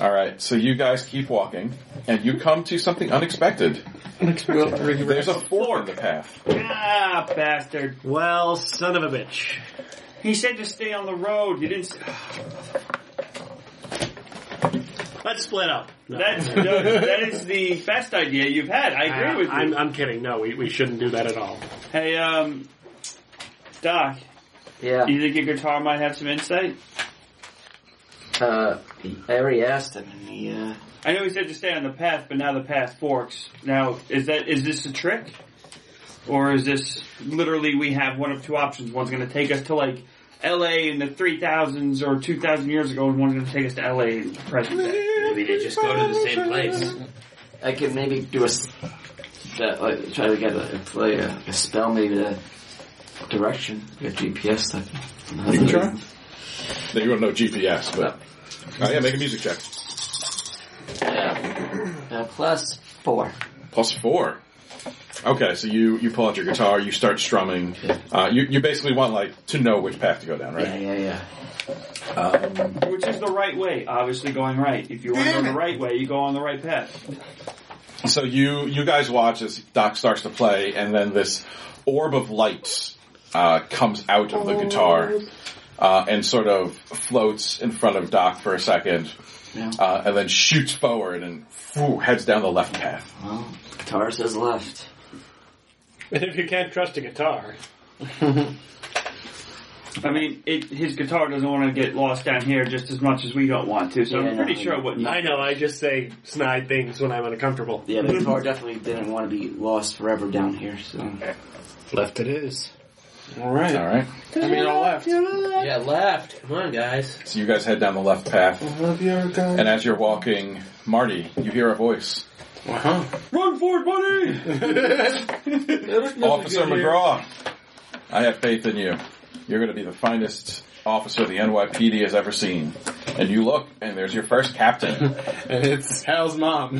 All right, so you guys keep walking, and you come to something unexpected. There's a fork in the path.
ah, bastard.
Well, son of a bitch.
He said to stay on the road. You didn't. s-
Let's split up. No,
That's
no.
no, that is the best idea you've had. I
Uh,
agree with you.
Uh, I'm, I'm kidding. No, we, we shouldn't do that at all.
hey, um, Doc,
Yeah.
you think your guitar might have some insight?
Uh,
I already asked him, and he, uh.
I know he said to stay on the path, but now the path forks. Now, is that is this a trick, or is this literally we have one of two options? One's going to take us to like L.A. in the three thousands or two thousand years ago, and one's going to take us to L.A. in the present day.
maybe they just go to the same place.
I could maybe do a. s- That, like, try to get a, play a, a spell, maybe the direction, a GPS type.
You can try. No, you don't know GPS, but
uh,
oh yeah, make a music check.
Yeah. Uh, plus four.
Plus four. Okay, so you you pull out your guitar, you start strumming. Uh, you you basically want like to know which path to go down,
Yeah,
right?
yeah, yeah.
Um,
Which is the right way, obviously going right. If you want to go the right way, you go on the right path.
so you you guys watch as Doc starts to play, and then this orb of light uh, comes out of the guitar uh, and sort of floats in front of Doc for a second,
Yeah.
uh, and then shoots forward and phew, heads down the left path.
Well, guitar says left.
And if you can't trust a guitar,
I mean, it, his guitar doesn't want to get lost down here just as much as we don't want to, so
Yeah,
I'm pretty
no,
sure it wouldn't.
I know I just say snide things when I'm uncomfortable.
Yeah, the guitar definitely didn't want to be lost forever down here, so.
Left it is.
All right,
I mean, all left.
Yeah, left. Come on, guys.
so you guys head down the left path.
Love your gun.
And as you're walking, Marty, you hear a voice.
Uh-huh.
Run for it, buddy!
Officer McGraw, I have faith in you. You're going to be the finest officer the NYPD has ever seen. And you look, and there's your first captain.
And it's Hal's mom.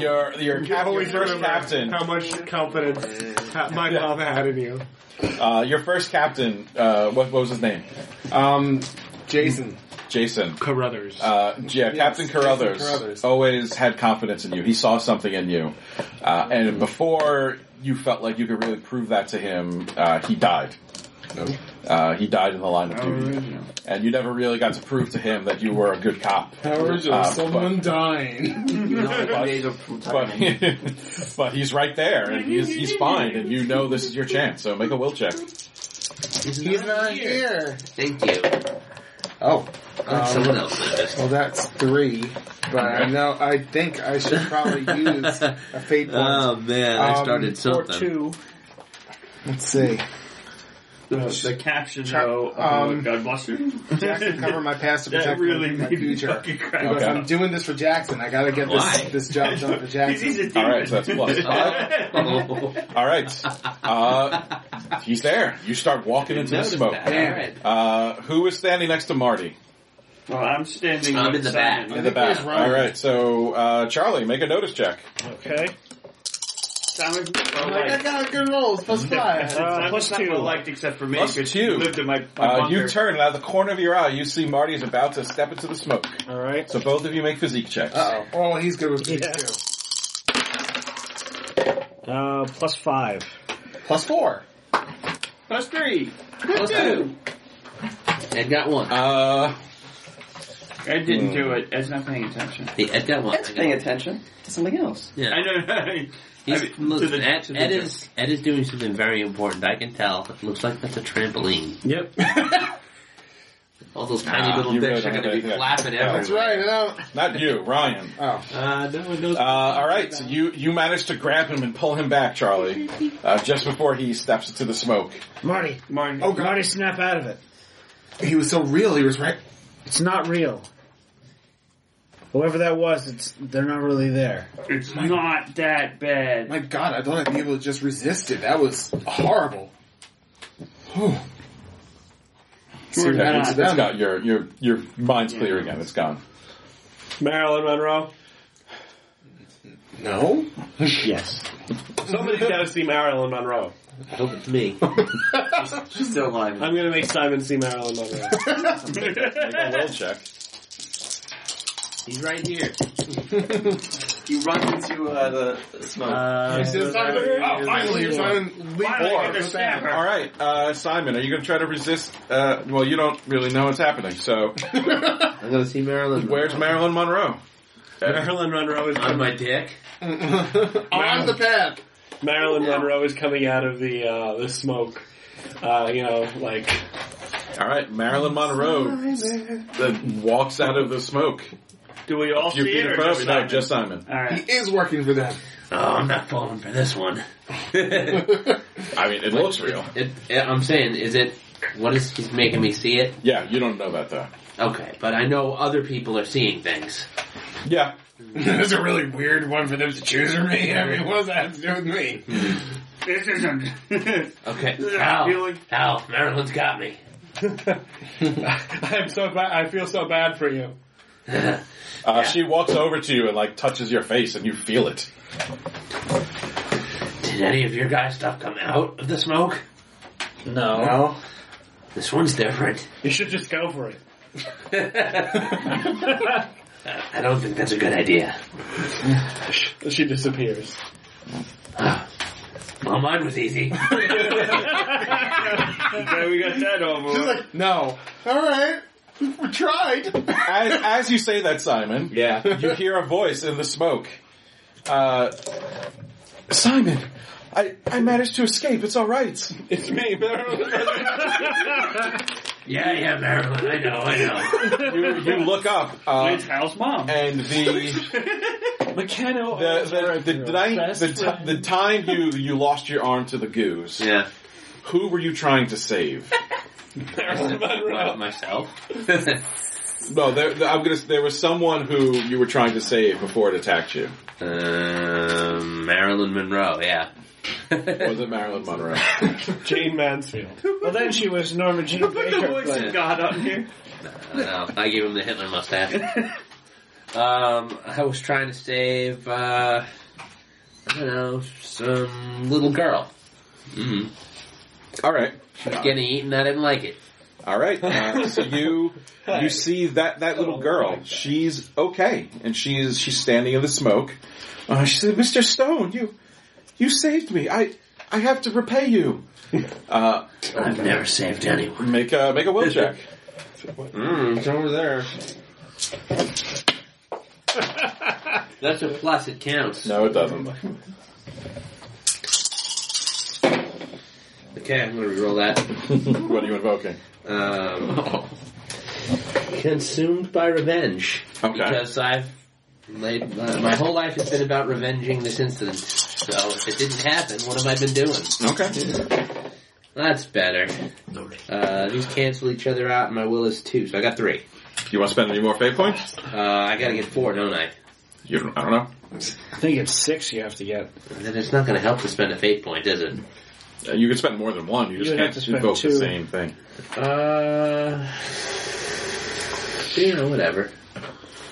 your your cavalry first captain.
How much confidence my
mom
had in you?
Uh, your first captain. Uh, what, what was his name?
Um, Jason.
Jason.
Carruthers.
Uh, yeah, Captain Carruthers,
Carruthers.
always had confidence in you. He saw something in you, uh,
Mm-hmm.
and before you felt like you could really prove that to him, uh, he died. Uh, he died in the line of duty, and you never really got to prove to him that you were a good cop.
Powers of
Uh,
someone dying.
You know, like, days of
But, but he's right there, and he's he's fine, and you know this is your chance. So make a will check.
He's not here.
Thank you.
Oh.
Let
Um,
someone else did this.
well, that's three. But I know, I think I should probably use a fate point.
Oh man, I
Um,
started something.
Or two.
Let's see.
The, the caption
Chuck,
though,
um,
um, God bless you.
Jackson, cover my past to
that
protect
really
my
made me
future.
fucking cry.
Because
Okay.
I'm doing this for Jackson. I gotta get
Why?
this, this job done for
He's, he's a
Jackson.
demon.
All right, so that's plus five.
Oh.
All right, uh, he's there. You start walking into the
Noticed
smoke.
that. All right.
Uh, who is standing next to Marty?
Well, I'm standing.
I'm
with
in the
Simon.
back.
In the back. All right, so uh, Charlie, make a notice check.
Okay.
Simon,
I'm like, I got good rolls, plus five.
Uh, plus
plus not
two.
well liked except for me
Plus
'cause
two.
he lived in my, my
Uh,
bunker.
you turn, and out of the corner of your eye, you see Marty is about to step into the smoke.
All right.
So both of you make physique checks.
Uh-oh. Oh, he's good with these
Yeah.
too.
Uh, plus five.
Plus four.
plus three.
Plus two. Ed got one.
Uh,
I didn't do it. That's not paying attention.
The Ed got one.
That's paying attention to something else.
Yeah.
I know.
He's,
I mean, to
listen,
the-
Ed,
to the
Ed
joke.
is Ed is doing something very important. I can tell. It looks like that's a trampoline.
Yep.
All those tiny
Nah,
little
you
dicks
really
are
don't
going to
have
be
that.
flapping
Yeah.
That's
everywhere.
right. And I don't-
Not you, Ryan.
oh,
Uh, no one knows.
Uh, all right, so you you managed to grab him and pull him back, Charlie, uh, just before he steps into the smoke.
Marty,
Martin.
Oh, God.
Marty, snap out of it.
he was so real. He was right.
It's not real. Whoever that was, it's they're not really there.
It's not that bad.
My God, I thought I'd be able to just resist it. That was horrible. Whew. See what
Yeah,
happened
It's,
to
it's
them.
got your your your mind's clear again. It's gone.
Marilyn Monroe.
No.
Yes.
Somebody's got to see Marilyn Monroe.
I hope it's me.
She's still alive.
I'm going to make Simon see Marilyn Monroe.
Make a will check.
He's right here.
He runs into uh, the smoke.
Uh,
See, it's not- oh, finally, you're trying to
Finally, I get to stab her.
All right, uh, Simon, are you going to try to resist? Uh, well, you don't really know what's happening. So,
I'm going to see Marilyn.
where's Marilyn Monroe?
Marilyn Monroe is
On my dick.
on the path.
Marilyn Monroe is coming out of the uh, the smoke. Uh, you know, like
All right, Marilyn Monroe that walks out of the smoke.
Do we all
You're
see it
Peter
or
Pan,
just
no,
Simon?
just Simon.
All
He
right.
is working for them.
Oh, I'm not falling for this one.
I mean, it looks real.
It, it, I'm saying, is it? What is he's making me see it?
Yeah, you don't know that though.
Okay, but I know other people are seeing things.
Yeah,
That's a really weird one for them to choose for me. I mean, what does that have to do with me?
This isn't.
Okay,
Yeah,
Al,
feeling-
Al, Marilyn's got me.
I'm so bad. I feel so bad for you.
uh, she walks over to you and like touches your face, and you feel it.
Did any of your guys' stuff come out of the smoke?
No.
No. This one's different.
You should just go for it.
I don't think that's a good idea.
She disappears.
Well, mine was easy.
Okay, we got that over.
She's
with.
like, no. All right. We tried.
As, as you say that, Simon,
yeah.
you hear a voice in the smoke. Uh, Simon, I I managed to escape. It's all right.
It's me, Marilyn.
Yeah, yeah, Marilyn, I know, I know.
You, you look up, uh,
It's Hal's mom.
and the
McKenna.
the the, the, night- the, ti- the time you you lost your arm to the goose.
Yeah.
Who were you trying to save?
Well, myself.
No, there, there- I'm gonna. There was someone who you were trying to save before it attacked you.
Um, Marilyn Monroe, yeah.
Was it Marilyn Monroe?
Jane Mansfield.
Well, then she was Norma Jean
Put the
Baker.
voice of God on here.
Uh, I gave him the Hitler mustache. um, I was trying to save, uh, I don't know, some little girl. Mm-hmm.
All right,
She was getting eaten. I didn't like it.
all right. Uh, so you you see that that little girl. She's okay, and she's she's standing in the smoke. Uh, she said, "Mr. Stone, you you saved me. I I have to repay you." Uh,
I've never saved anyone.
make a make a will check.
Mm, it's over there. That's a plus. It counts.
No, it doesn't.
Okay, I'm gonna reroll that.
what are you invoking?
Um, consumed by revenge.
Okay.
Because I've laid, my, my whole life has been about revenging this incident. So if it didn't happen, what have I been doing?
Okay.
That's better. Uh, these cancel each other out, and my will is two, so I got three.
You want to spend any more fate points?
Uh, I gotta get four, don't I?
You don't, I don't know.
I think it's six you have to get.
Then it's not gonna help to spend a fate point, is it?
Uh, You can spend more than one. You just
would have
can't
to spend
invoke the
two.
same thing.
Uh, you know, whatever.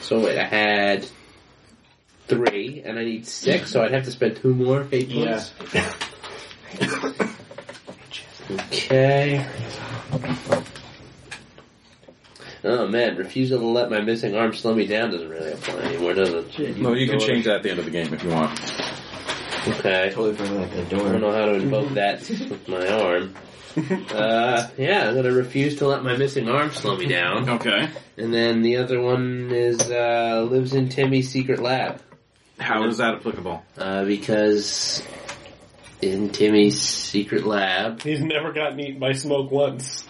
So wait, I had three, and I need six, so I'd have to spend two more fate points. okay. Oh man, refusal to let my missing arm slow me down doesn't really apply anymore, does it?
No, you can change that at the end of the game if you want.
Okay.
totally burned like the
I don't
door.
know how to invoke that with my arm. Uh, yeah, I'm gonna refuse to let my missing arm slow me down.
Okay.
And then the other one is uh, lives in Timmy's secret lab
How is that applicable?
uh, because in Timmy's secret lab,
He's never gotten eaten by smoke once.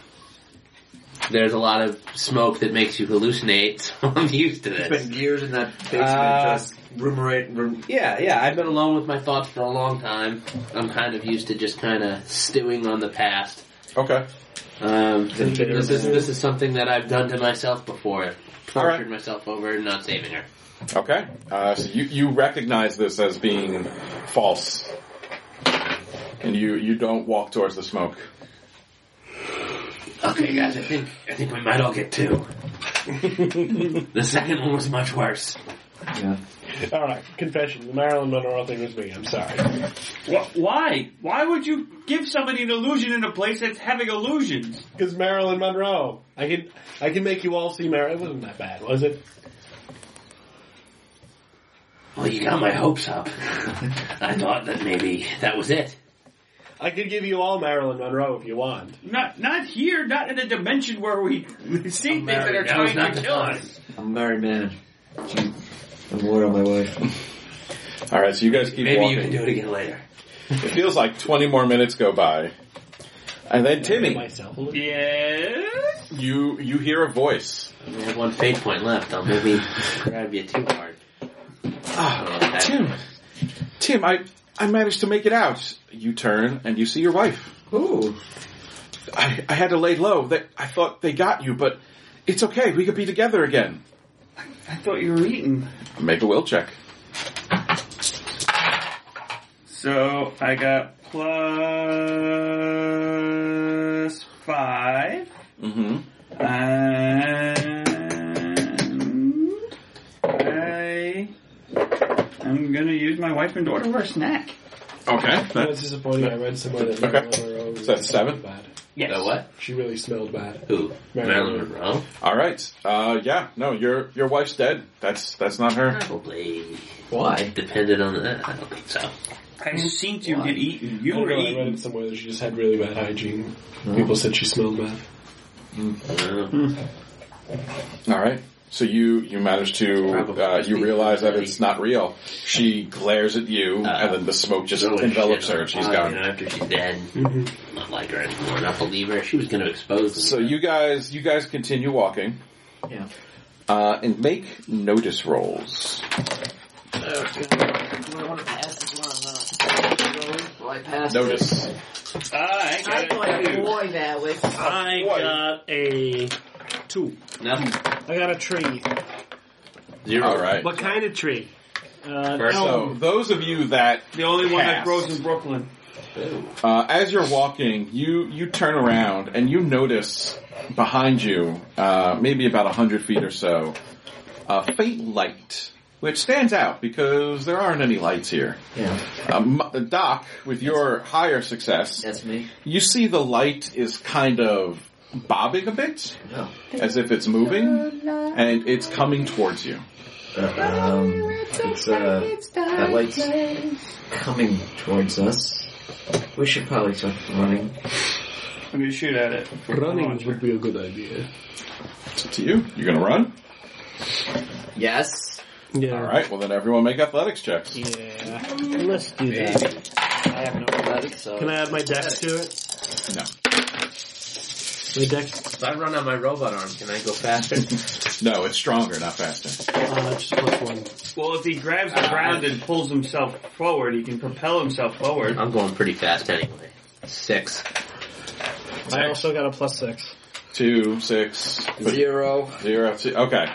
there's a lot of smoke that makes you hallucinate, so I'm used to this.
Spent years in that basement
Uh,
just ruminate. Rum-
Yeah, yeah, I've been alone with my thoughts for a long time. I'm kind of used to just kind of stewing on the past.
Okay.
Um,
it bitter?
this is this is something that I've done to myself before. Tortured
Alright.
myself over and not saving her.
Okay. Uh, so you, you recognize this as being false. And you, you don't walk towards the smoke.
Okay, guys, I think I think we might all get two. the second one was much worse.
yeah.
All right, confession. The Marilyn Monroe thing was me. I'm sorry.
Wh- why? Why would you give somebody an illusion in a place that's having illusions?
Because Marilyn Monroe. I can I can make you all see Marilyn. It wasn't that bad, was it?
Well, you got my hopes up. I thought that maybe that was it.
I could give you all Marilyn Monroe if you want.
Not not here, not in a dimension where we see things that are
Now is
trying
not
to
the
kill
time.
us.
I'm a married man. I'm worried on my wife.
All right. So you guys keep
Maybe
walking.
you can do it again later.
It feels like 20 more minutes go by. And then Timmy,
Myself. a little-
Yes.
you, you hear a voice.
I only have one fate point left. I'll maybe grab you too hard.
Ah, Tim, Tim, I, I managed to make it out. You turn and you see your wife.
Ooh.
I, I had to lay low. They, I thought they got you, but it's okay. We could be together again.
I thought you were eating.
Make a will check.
So I got plus five
Mm-hmm.
and I I'm gonna use my wife and daughter for a snack.
Okay.
I
That-
was disappointed. I read somewhere that
Okay.
Marilyn Monroe. was
So that's seven?
Bad.
Yes.
The what?
She really smelled bad.
Who?
Marilyn
Marilyn Monroe?
All right. Uh, yeah. No, your your wife's dead. That's that's not her.
Probably.
Why?
Depended on that. I don't think so.
I've seen you
Why?
get eaten.
I
You
don't
were
know, I read
eaten.
it somewhere that she just had really bad hygiene. People said she smelled bad.
Hmm.
Uh,
All right. So you you manage to
Probably.
uh, you realize that it's not real. She glares at you, and then the smoke just
really
envelops
Uh, shit
her. and She's
on her body,
gone.
You know, after she's dead,
Mm-hmm.
not like her anymore. Not believe her. She was going to expose them.
So you guys you guys continue walking.
Yeah.
Uh, and make notice rolls.
Do I want to pass this one? Will I pass
Notice.
I
I
got
got
it
a
too.
boy that was.
I
boy.
got a two.
nothing.
I got a tree.
Zero.
All right.
What kind of tree? Uh,
First
So those of you that
The only one that
Cast.
grows in Brooklyn.
Uh, as you're walking, you, you turn around and you notice behind you, uh, maybe about a hundred feet or so, a faint light, which stands out because there aren't any lights here.
Yeah.
Um, Doc, with your higher success,
That's me.
you see the light is kind of bobbing a bit,
No.
as if it's moving, and it's coming towards you.
Um, it's, uh, that light's coming towards us. We should probably start running.
I'm gonna shoot at it.
running would be a good idea.
It's up to you. You're gonna run?
Yes.
Yeah.
Alright, well then everyone make athletics checks.
Yeah. Let's do that.
I have no athletics, so.
Can I add my dex to it?
No.
My dex.
If I run on my robot arm, can I go faster?
No, it's stronger, not faster.
Uh, just plus one.
Well, if he grabs the ground and pulls himself forward, he can propel himself forward.
I'm going pretty fast anyway. Six.
I also got a plus six.
Two, six, but
Zero.
Zero, two, okay.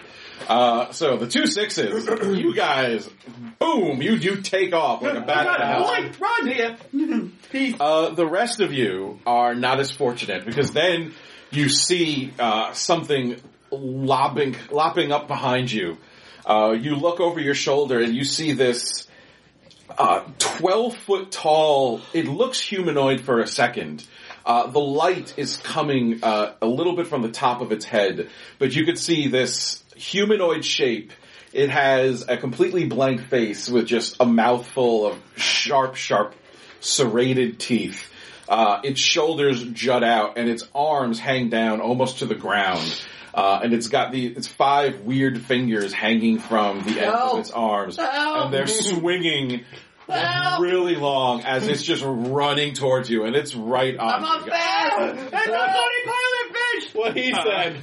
Uh, so the two sixes, you guys, boom, you, you take off like a bat out of hell.
Boy, run here! Pete.
Uh, the rest of you are not as fortunate because then you see, uh, something lopping, lopping up behind you. Uh, you look over your shoulder and you see this, uh, 12 foot tall, it looks humanoid for a second. Uh, the light is coming, uh, a little bit from the top of its head, but you could see this humanoid shape. It has a completely blank face with just a mouthful of sharp, sharp, serrated teeth. Uh, its shoulders jut out and its arms hang down almost to the ground. Uh, and it's got the, it's five weird fingers hanging from the ends of
Help.
its arms.
Oh.
Help.
And they're swinging really long as it's just running towards you and it's right on
I'm on
you guys.
uh,
fast.
That's a Tony Pilot, bitch!
what he
Uh,
said.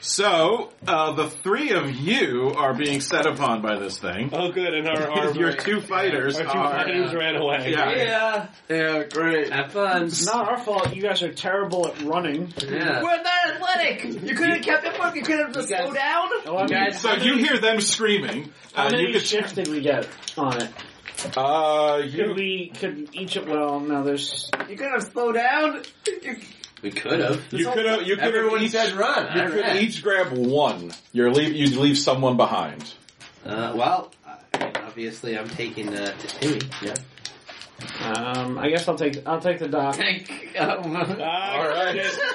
So, uh, the three of you are being set upon by this thing.
Oh, good. And our our,
Your two fighters
our two
are.
fighters ran away.
Yeah.
Yeah.
Yeah, great.
Have fun.
It's not our fault. You guys are terrible at running.
Yeah.
We're not athletic. You could have kept it up. You could have just slowed down.
Oh, I'm-
guys-
So you hear them screaming.
How
Uh,
many
you could,
shifts did we get on it?
uh,
Could
you,
we could each well no there's
You could have slowed down.
We could have.
you could have, you could have
Everyone
each,
said run. I
you could
ran.
each grab one. You're leave, you'd leave someone behind.
Uh, well, I- obviously I'm taking uh, to Timmy. Yeah.
um I guess I'll take I'll take the dock.
Tank. Um,
Alright.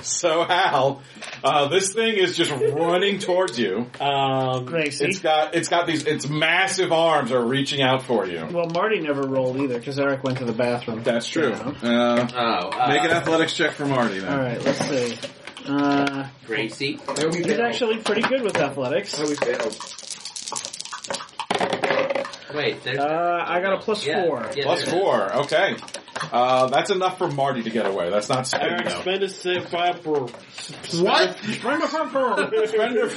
So Hal, uh, this thing is just running towards you.
Um,
Gracie.
It's got, it's got these, its massive arms are reaching out for you.
Well, Marty never rolled either because Eric went to the bathroom.
That's true. Uh,
oh, uh,
make an athletics check for Marty
All
then.
right, let's see. Uh,
Gracie.
he's actually pretty good with athletics.
we failed.
Wait, there's.
Uh, I got a plus
Yeah,
four.
yeah,
Plus
there it is.
four. Okay. Uh, that's enough for Marty to get away. That's not speed
Eric,
though.
spend a sip, five brew.
What? Spend a
Spend a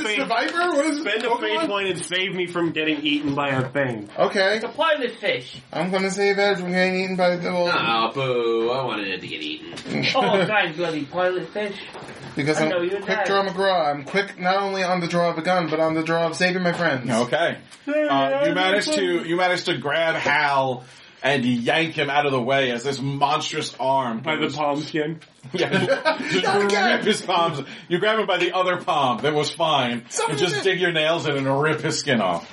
fate,
Survivor? What is
spend a fate point and save me from getting eaten by a thing.
Okay,
Supply the fish.
I'm gonna save Ed from getting eaten by the devil
Oh, boo. I wanted it to get eaten.
Oh, guys, bloody pilot fish.
because
I
I'm
know you're
quick
dead.
draw McGraw. I'm quick not only on the draw of a gun, but on the draw of saving my friends.
Okay. Uh, you managed to you managed to grab Hal and yank him out of the way as this monstrous arm
By the palm skin.
yeah, just rip his palms. You grab him by the other palm that was fine, and just dig your nails in and rip his skin off.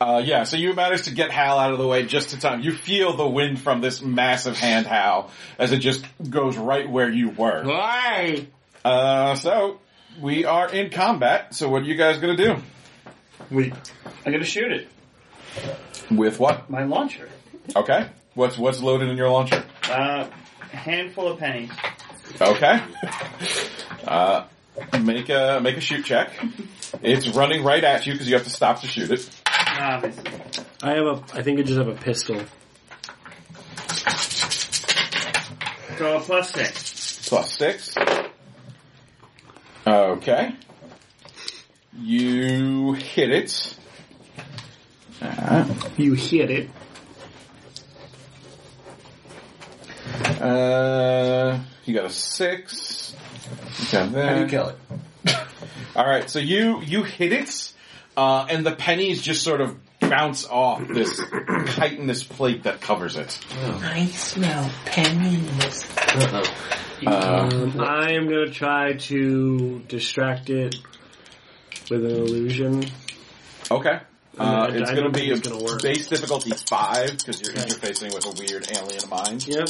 Uh, yeah, so you managed to get Hal out of the way just in time. You feel the wind from this massive hand, Hal, as it just goes right where you were.
Why?
Uh, so we are in combat. So what are you guys gonna do?
Wait, I'm gonna shoot it.
With what?
My launcher.
Okay. What's what's loaded in your launcher?
Uh, handful of pennies.
Okay. Uh, make a make a shoot check. It's running right at you because you have to stop to shoot it.
Obviously.
I have a, I think I just have a pistol.
So a plus six.
Plus six. Okay. You hit it. Uh,
You hit it.
uh, you got a six. You got that.
How do you kill it?
All right, so you you hit it, uh, and the pennies just sort of bounce off this chitinous plate that covers it.
I smell pennies.
Uh,
Um, I am gonna try to distract it with an illusion.
okay. Uh,
I-
it's
I
going to
don't think
be a
it's gonna work.
base difficulty five because you're interfacing with a weird alien mind.
Yep.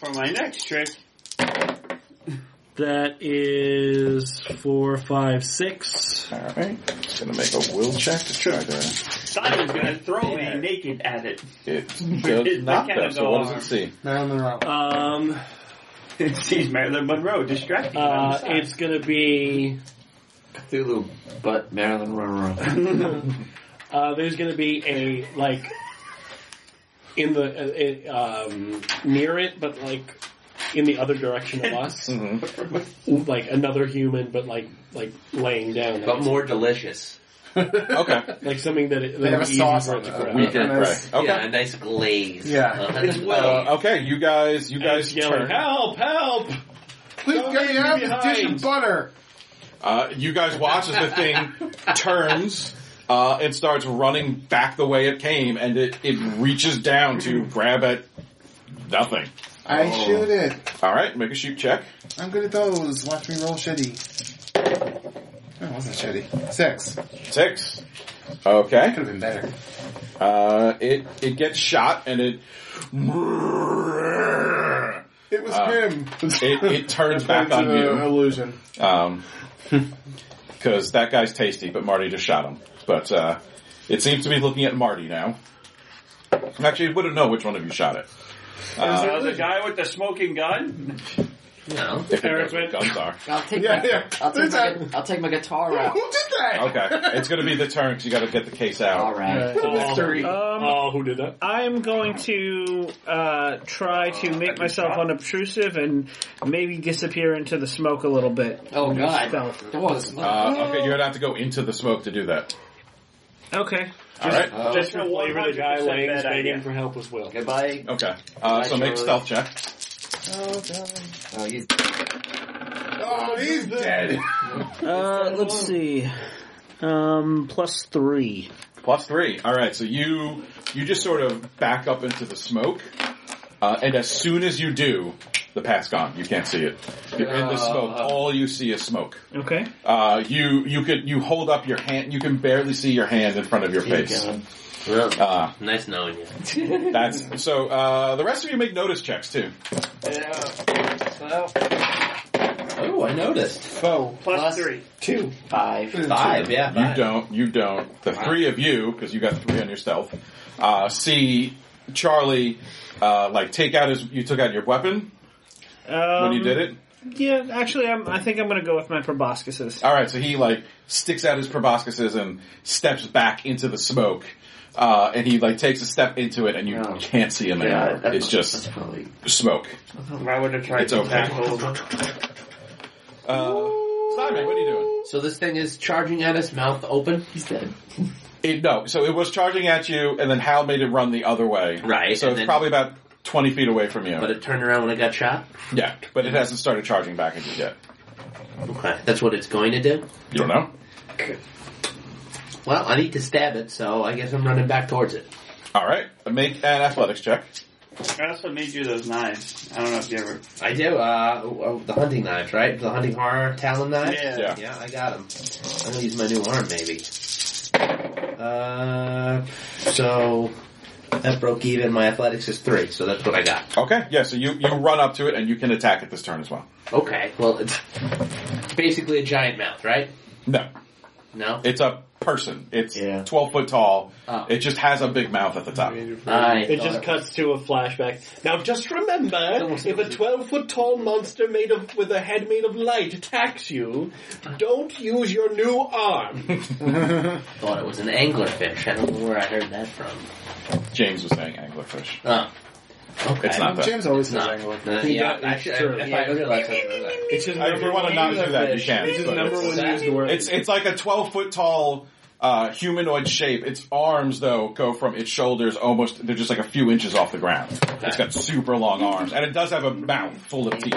For my next trick,
That is four, five, six.
All right, it's going to make a will check to try that.
Simon's gonna throw me naked at it.
It
It's
does not.
mechanical
Though, so what does
arm.
it see?
Marilyn Monroe.
Um,
It sees Marilyn Monroe distracting. me on the
uh,
side.
it's gonna be
Cthulhu, but Marilyn Monroe.
uh, there's gonna be a like in the uh, it, um, near it, but like in the other direction of us,
Mm-hmm.
hmm
like another human, but like like laying down,
But more delicious.
Okay.
like something that it, that
They have
would
a
be easy
sauce
for
on
it to
it.
grab.
We did.
Right. Okay.
Yeah, a nice glaze.
Yeah.
Uh,
It's well-
Uh, okay, you guys, you
And
guys
yelling,
turn.
"Help! Help!"
Please
Don't
get
leave
me
me
out of this dish
behind.
of butter.
Uh, you guys watch as the thing turns uh, and starts running back the way it came, and it, it reaches down to grab at nothing.
I
Oh.
shoot it.
All right, make a shoot check.
I'm good at those. Watch me roll shitty. That wasn't shitty. Six.
Six. Okay.
Could have been better.
Uh, it it gets shot and it
It was
Uh,
him.
it, it turns back
It's
on
an
you
illusion.
because that guy's tasty, but Marty just shot him. But uh, it seems to be looking at Marty now. Actually, it wouldn't know which one of you shot it.
So the guy with the smoking gun.
No.
If you
Eric
know what
went-
guns are.
I'll take
Yeah,
my,
yeah.
I'll take
Who's
my,
that?
I'll take my guitar out.
Who did that?
Okay, it's going to be the turn 'cause you got to get the case
All
out.
right.
Oh,
Um,
oh, who did that?
I'm going to uh, try to make myself unobtrusive and maybe disappear into the smoke a little bit.
Oh god.
Spell.
That was-
Uh, okay, you're going to have to go into the smoke to do that.
Okay.
All right.
Oh.
Just for flavor, the guy
100%
laying
bad
begging
idea.
for help was Will.
Goodbye.
Okay. Uh, so make stealth check.
Oh, he's
Oh, he's dead.
Uh, let's see. Um, plus three.
Plus three. All right. So you you just sort of back up into the smoke, uh, and as soon as you do, the pass gone. You can't see it. You're in the smoke. All you see is smoke.
Okay.
Uh, you you could you hold up your hand. You can barely see your hand in front of your face.
Well,
Uh,
nice knowing you.
that's so. Uh, the rest of you make notice checks too.
Oh, I noticed.
Plus
Plus-
three.
two, five.
Five, yeah,
You
five.
don't. You don't. The three of you, because you got three on your stealth, uh, see Charlie uh, like take out his. You took out your weapon
Um,
when you did it.
Yeah, actually, I'm, I think I'm going to go with my proboscises.
All right, so he like sticks out his proboscises and steps back into the smoke, uh, and he like takes a step into it, and you
Oh.
can't see him
Yeah,
anymore.
that's-
it's
That's
just
probably
smoke.
I would have tried
It's
to
okay.
tackle.
Uh, Simon, what are you doing?
So this thing is charging at us, mouth open.
he's dead.
It, no, so it was charging at you, and then Hal made it run the other way.
Right,
so
and
it's
then-
probably about twenty feet away from you.
But it turned around when it got shot.
yeah, but it hasn't started charging back at you yet.
Okay, that's what it's going to do.
You don't know.
Well, I need to stab it, so I guess I'm running back towards it.
All right, make an athletics check.
I also made you those knives. I don't know if you ever.
I do. Uh, oh, the hunting knives, right? The hunting horror talon knives.
Yeah.
yeah, I got them. I'm gonna use my new arm, maybe. Uh, so that broke even. My athletics is three, so that's what I got.
Okay, yeah. So you you run up to it, and you can attack it this turn as well.
Okay, well, it's basically a giant mouth, right?
No,
No,
It's a person. It's
Yeah.
12 foot tall.
Oh.
It just has a big mouth at the top.
Uh,
I
It
thought
just cuts to a flashback. Now, just remember,
Almost
if a
nothing.
twelve-foot-tall monster made of with a head made of light attacks you, don't use your new arm.
thought it was an anglerfish. I don't know where I heard that from.
James was saying anglerfish.
Oh, okay.
It's not that.
James always says
No.
angler.
Uh, yeah, actually, I- if I realized I heard that.
It's his
Uh, if you
number
want
one.
to not do that, you can.
It's his
but
number
it's-
one used word.
It's, it's like a 12 foot tall uh, humanoid shape. Its arms, though, go from its shoulders almost, they're just like a few inches off the ground. It's got super long arms. And it does have a mouth full of teeth.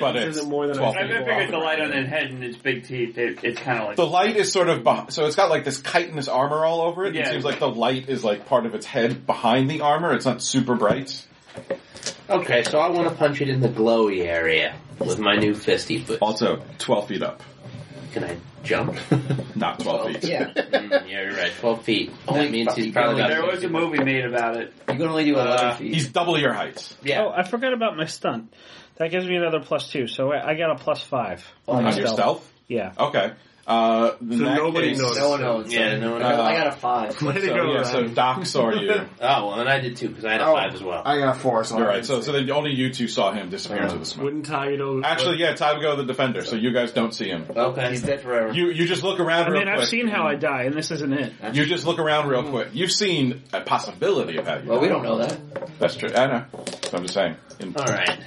But it's
This isn't more than I
12
I
feet
figured
off
the light on
ground.
its head and its big teeth. It, it's kind of like.
The light is sort of beh so it's got like this chitinous armor all over it. It
Yeah.
seems like the light is like part of its head behind the armor. It's not super bright.
Okay, so I want to punch it in the glowy area with my new fisty foot.
Also, 12 feet up,
Can I jump?
not 12 feet.
Yeah.
Mm, yeah, you're right. Twelve feet.
Only
that means
fucking
he's probably
glowy.
about.
there was a movie made about it.
You can only do eleven
Uh,
feet.
He's double your height.
Yeah.
Oh, I forgot about my stunt. That gives me another plus two, so I, I got a plus five on, my
On your stealth?
Yeah.
Okay. Uh, in
So
that
nobody
case-
knows.
no one knows.
yeah. No.
Uh,
no.
I got a five.
Let it
So,
go,
yeah, so
Ryan.
Doc saw you.
oh well, then I did too because I had a
Oh.
five as well.
I got four, so
All right, so so then only you two saw him disappear into the smoke.
Wouldn't tie it over.
Actually, yeah, time to go to the defender, so you guys don't see him.
Okay.
He's dead forever.
You you just look around
I
real
mean, I've
quick.
seen how I die, and this isn't it.
you just look around real quick. You've seen a possibility of how you.
well, we
die.
don't know that.
That's true. I know. So I'm just saying. In-
All right.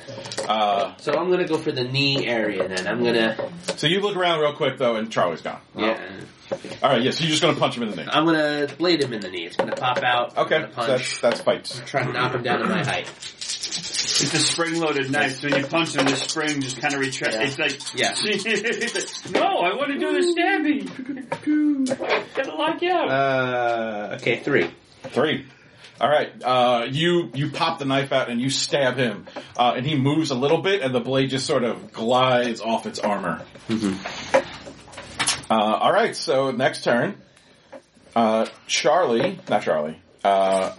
uh,
So I'm gonna go for the knee area then. I'm gonna. uh,
so you look around real quick though, and Charlie's gone.
Yeah.
All right, yes, you're just gonna punch him in the knee.
I'm gonna blade him in the knee. It's gonna pop out. I'm
Okay,
gonna
so
punch.
that's that's fights.
Try to knock him down to my height.
It's a spring-loaded knife, so when you punch him, the spring just kind of retracts.
Yeah.
It's like,
Yeah.
no, I want to do the stabbing. Gotta lock you out.
Uh. Okay. Three.
Three. All right. Uh, you you pop the knife out and you stab him, uh, and he moves a little bit, and the blade just sort of glides off its armor.
Mm-hmm.
Uh, all right. So next turn, uh, Charlie, not Charlie, uh,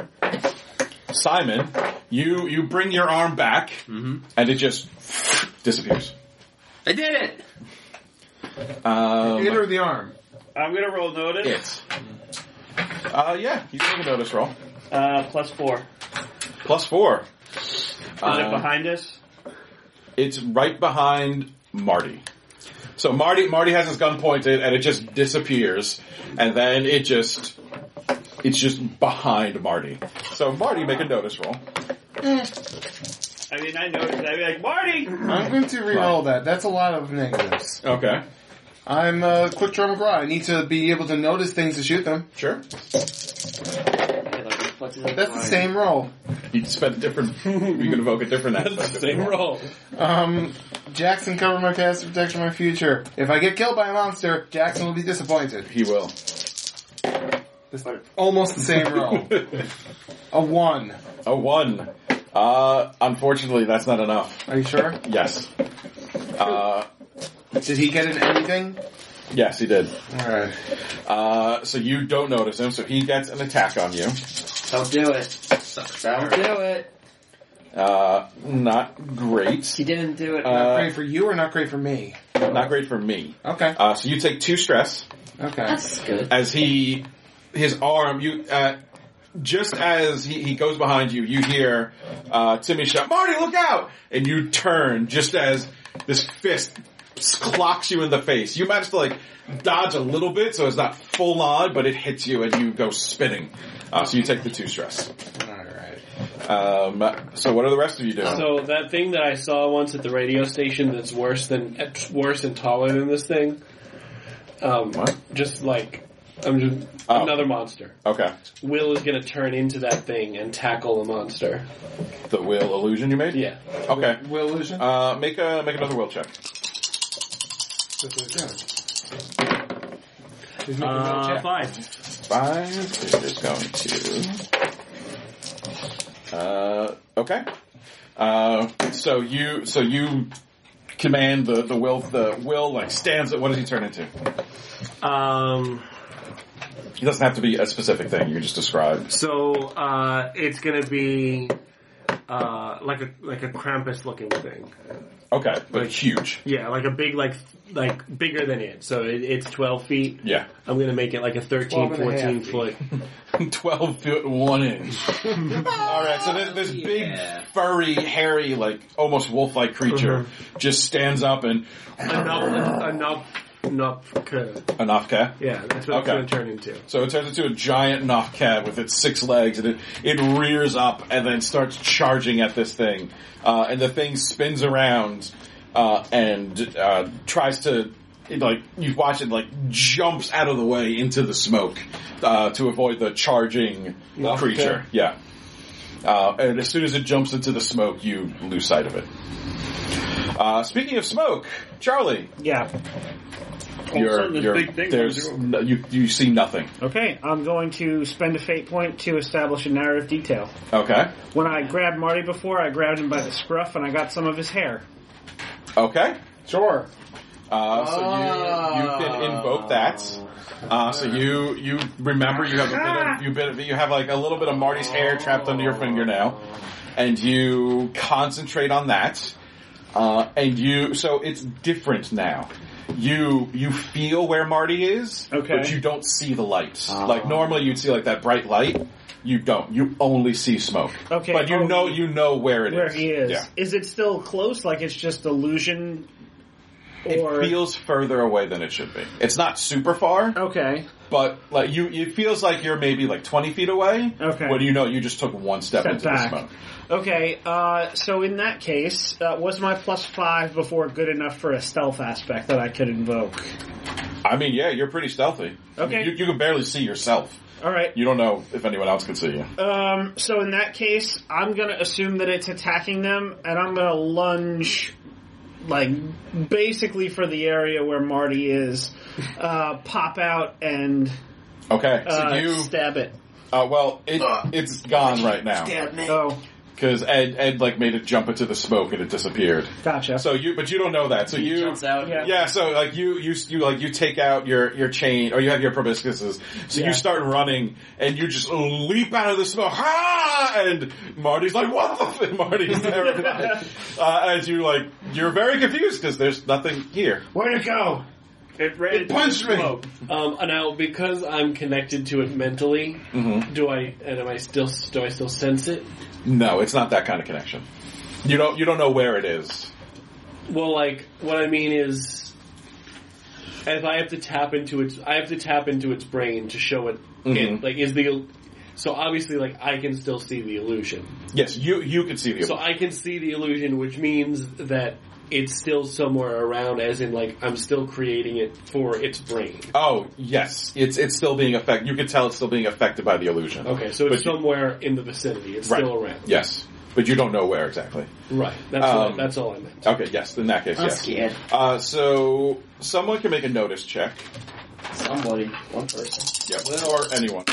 Simon. You you bring your arm back,
Mm-hmm.
and it just disappears.
I did it.
Um,
Hit her the arm.
I'm gonna roll notice.
yes. Uh, yeah, you can make a notice roll.
Uh, plus four. Is
Plus four.
it behind us?
Um, It's right behind Marty. So Marty Marty has his gun pointed and it just disappears and then it just it's just behind Marty. So Marty make a notice roll.
I mean, I noticed. I'd be like, Marty!
I'm going to re-roll that. That's a lot of negatives.
Okay.
I'm uh, quick draw McGraw. I need to be able to notice things to shoot them.
Sure.
That's the same roll.
You can spend a different you can evoke a different aspect. of it.
roll.
Um, Jackson cover my past to protect my future. If I get killed by a monster, Jackson will be disappointed.
He will.
It's almost the same roll. a one.
A one. Uh unfortunately that's not enough.
Are you sure?
Yes. Uh
Did he get in anything?
yes he did.
Alright.
Uh so you don't notice him, so he gets an attack on you.
Don't do it. Don't do it.
Uh not great.
He didn't do it.
Not
Uh,
great for you or not great for me?
not great for me.
Okay.
Uh, so you take two stress
Okay.
That's good.
as he, his arm, you, uh, just as he, he goes behind you, you hear, uh, Timmy shout, Marty, look out! And you turn just as this fist clocks you in the face. You manage to like dodge a little bit so it's not full on, but it hits you and you go spinning. Uh, so you take the two stress.
Alright.
Um, so what are the rest of you doing?
So that thing that I saw once at the radio station that's worse than it's worse and taller than this thing. Um,
What?
Just like I'm just
Oh.
another monster.
okay.
Will is going to turn into that thing and tackle a monster.
The will illusion you made?
Yeah.
Okay.
Will illusion?
Uh, make a, make another will check.
Uh, fine.
five is going to. Uh, okay. Uh, so you so you command the the will the will like stands. What does he turn into?
Um,
It doesn't have to be a specific thing. You can just describe.
so uh, it's going to be uh, like a like a Krampus looking thing.
Okay, but huge.
Yeah, like a big like like bigger than it. So it, it's twelve feet.
Yeah,
I'm going to make it like a 13, 14 foot.
twelve foot one inch. All right, so this, this
Yeah.
big, furry, hairy, like almost wolf-like creature just stands up and
Enough, enough, enough. curve.
Anofka.
Yeah, that's what
Okay.
it's going to turn into.
So it turns into a giant knock cat with its six legs, and it, it rears up and then starts charging at this thing. Uh, and the thing spins around uh, and uh, tries to, it, like, you watch it, like, jumps out of the way into the smoke uh, to avoid the charging creature. Yeah. Uh, and as soon as it jumps into the smoke, you lose sight of it. Uh, speaking of smoke, Charlie,
Yeah.
you're,
sudden this
you're,
big thing
there's,
comes
no, you, you see nothing.
Okay, I'm going to spend a fate point to establish a narrative detail.
Okay.
When I grabbed Marty before, I grabbed him by the scruff and I got some of his hair.
Okay.
Sure.
Uh, so you you can invoke that. Uh, so you you remember you have a bit
Ah.
of, you bit of, you have like a little bit of Marty's hair trapped under your finger now, and you concentrate on that. Uh, and you so it's different now. You you feel where Marty is,
Okay.
but you don't see the lights. Like normally you'd see like that bright light. You don't. You only see smoke.
Okay.
But you
Oh,
know you know where it is.
Where he is.
Yeah.
Is it still close? Like it's just illusion? Or.
It feels further away than it should be. It's not super far.
okay.
but like you, it feels like you're maybe like 20 feet away.
Okay.
What do you know? You just took one step
Step
into
back.
the smoke.
Okay, uh, so in that case, uh, was my plus five before good enough for a stealth aspect that I could invoke?
I mean, yeah, you're pretty stealthy. I mean,
Okay.
you, you can barely see yourself.
Alright,
You don't know if anyone else can see you.
um, so in that case, I'm gonna assume that it's attacking them, and I'm gonna lunge, like, basically for the area where Marty is, uh, pop out and,
Okay, so
uh,
you.
stab it.
Uh, well, it it's gone right now
Oh,
because Ed Ed like made it jump into the smoke and it disappeared.
gotcha.
So you, but you don't know that. So you
Jumps out.
Yeah.
Yeah, so like you, you, you like you take out your your chain or you have your proboscises. So you start running and you just leap out of the smoke. Ha! And Marty's like, "What the?" F-? and Marty's terrified uh, as you like. You're very confused because there's nothing here.
Where'd it go?
It, ra- it
punched me.
Smoke.
Um, and now, because I'm connected to it mentally, do I and am I still do I still sense it?
No, it's not that kind of connection. You don't you don't know where it is.
Well, like what I mean is, if I have to tap into its, I have to tap into its brain to show it.
Mhm.
it like is the so obviously like I can still see the illusion,
Yes, you you can see the.
so I can see the illusion, which means that it's still somewhere around, as in like I'm still creating it for its brain.
oh yes, it's it's still being affected. You can tell it's still being affected by the illusion.
Okay, so
But
it's
you-
somewhere in the vicinity. It's
Right.
still around.
Yes, but you don't know where exactly.
Right. That's
Um,
what, that's all I meant.
Okay, yes. In that case,
I'm
yes.
scared.
Uh, so someone can make a notice check.
Somebody, one person.
Yep. Or anyone.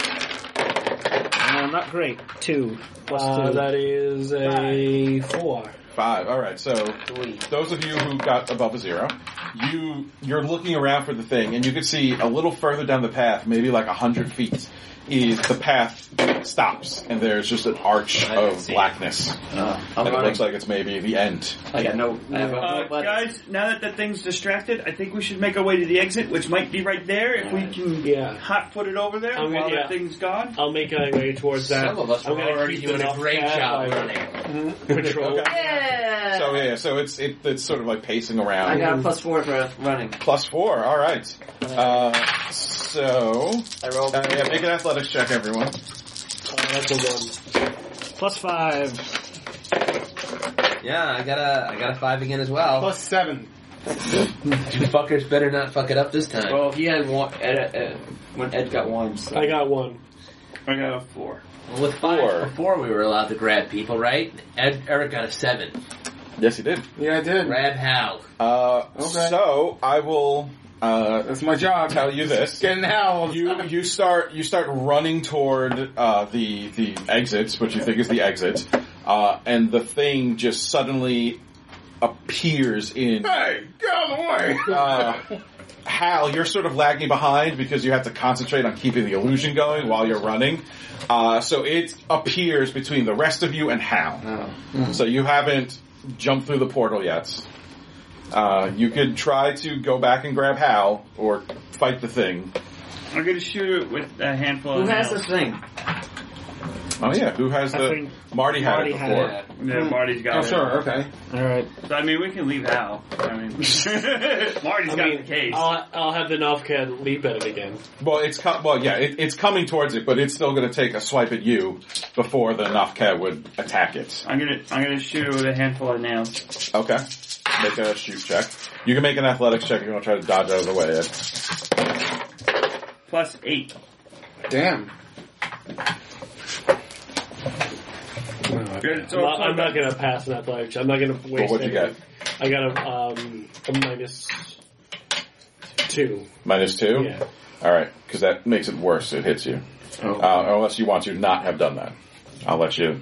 Uh, not great. Two. Plus
Uh,
two.
that is a four.
Five. All right. So
Three.
those of you who got above a zero, you you're looking around for the thing, and you can see a little further down the path, maybe like a hundred feet, is the path stops, and there's just an arch
I
of
see.
blackness,
Uh,
and
I'm
it looks
running.
like it's maybe the end.
I got no. I have
Uh,
no letters.
guys, now that the thing's distracted, I think we should make our way to the exit, which might be right there if we can
Yeah.
hot foot it over there
I'm gonna-
while
yeah.
that thing's gone.
I'll make my way towards that.
Some of us
I'm
were
gonna
already
keep
doing
an
a
off
great
guard
job
eye
running.
Patrol.
Okay.
Yeah.
So yeah, so it's it, it's sort of like pacing around.
Uh, I got a plus four for running.
Plus four. All right. Uh, so
I rolled.
uh, yeah, make an athletics check, everyone.
Oh,
Plus five.
Yeah, I got a I got a five again as well.
Plus seven.
You fuckers better not fuck it up this time.
Well, he had one. Ed, Ed, when Ed got one, so.
I got one.
I got a four.
Well, with five
Four.
before we were allowed to grab people, right? Ed, Eric got a seven.
Yes, you did.
Yeah, I did.
Grab how?
Uh,
Okay.
So I will uh,
That's my job.
tell you this.
Getting howled.
You you start you start running toward uh, the the exits, which you think is the exit, uh, and the thing just suddenly appears in.
Hey, get out of the way.
Uh, Hal, you're sort of lagging behind because you have to concentrate on keeping the illusion going while you're running. Uh, so it appears between the rest of you and Hal.
Oh.
So you haven't jumped through the portal yet. Uh, you could try to go back and grab Hal or fight the thing.
I'm gonna shoot it with a handful
Who
of
has this
nails.
thing?
Oh yeah, who has
I
the
think
Marty had
Marty
it
had
before?
it.
Yeah, Marty's got
Oh,
it.
sure, okay.
All right.
So, I mean, we can leave Al. I mean, Marty's
I
got
mean,
the case.
I'll, I'll have the Novcat leap at it again.
Well, it's co- well, yeah, it, it's coming towards it, but it's still going to take a swipe at you before the Nafka would attack it.
I'm gonna, I'm gonna shoot it with a handful of nails.
Okay, make a shoot check. You can make an athletics check if you want to try to dodge out of the way. Ed.
Plus eight.
Damn.
Good. So
I'm not, I'm not gonna pass an athletic. check. I'm not gonna
Well,
waste.
what'd you
any-
get?
I got a, um, a minus two.
Minus two.
Yeah.
All right, because that makes it worse. It hits you, uh, unless you want to not have done that. I'll let you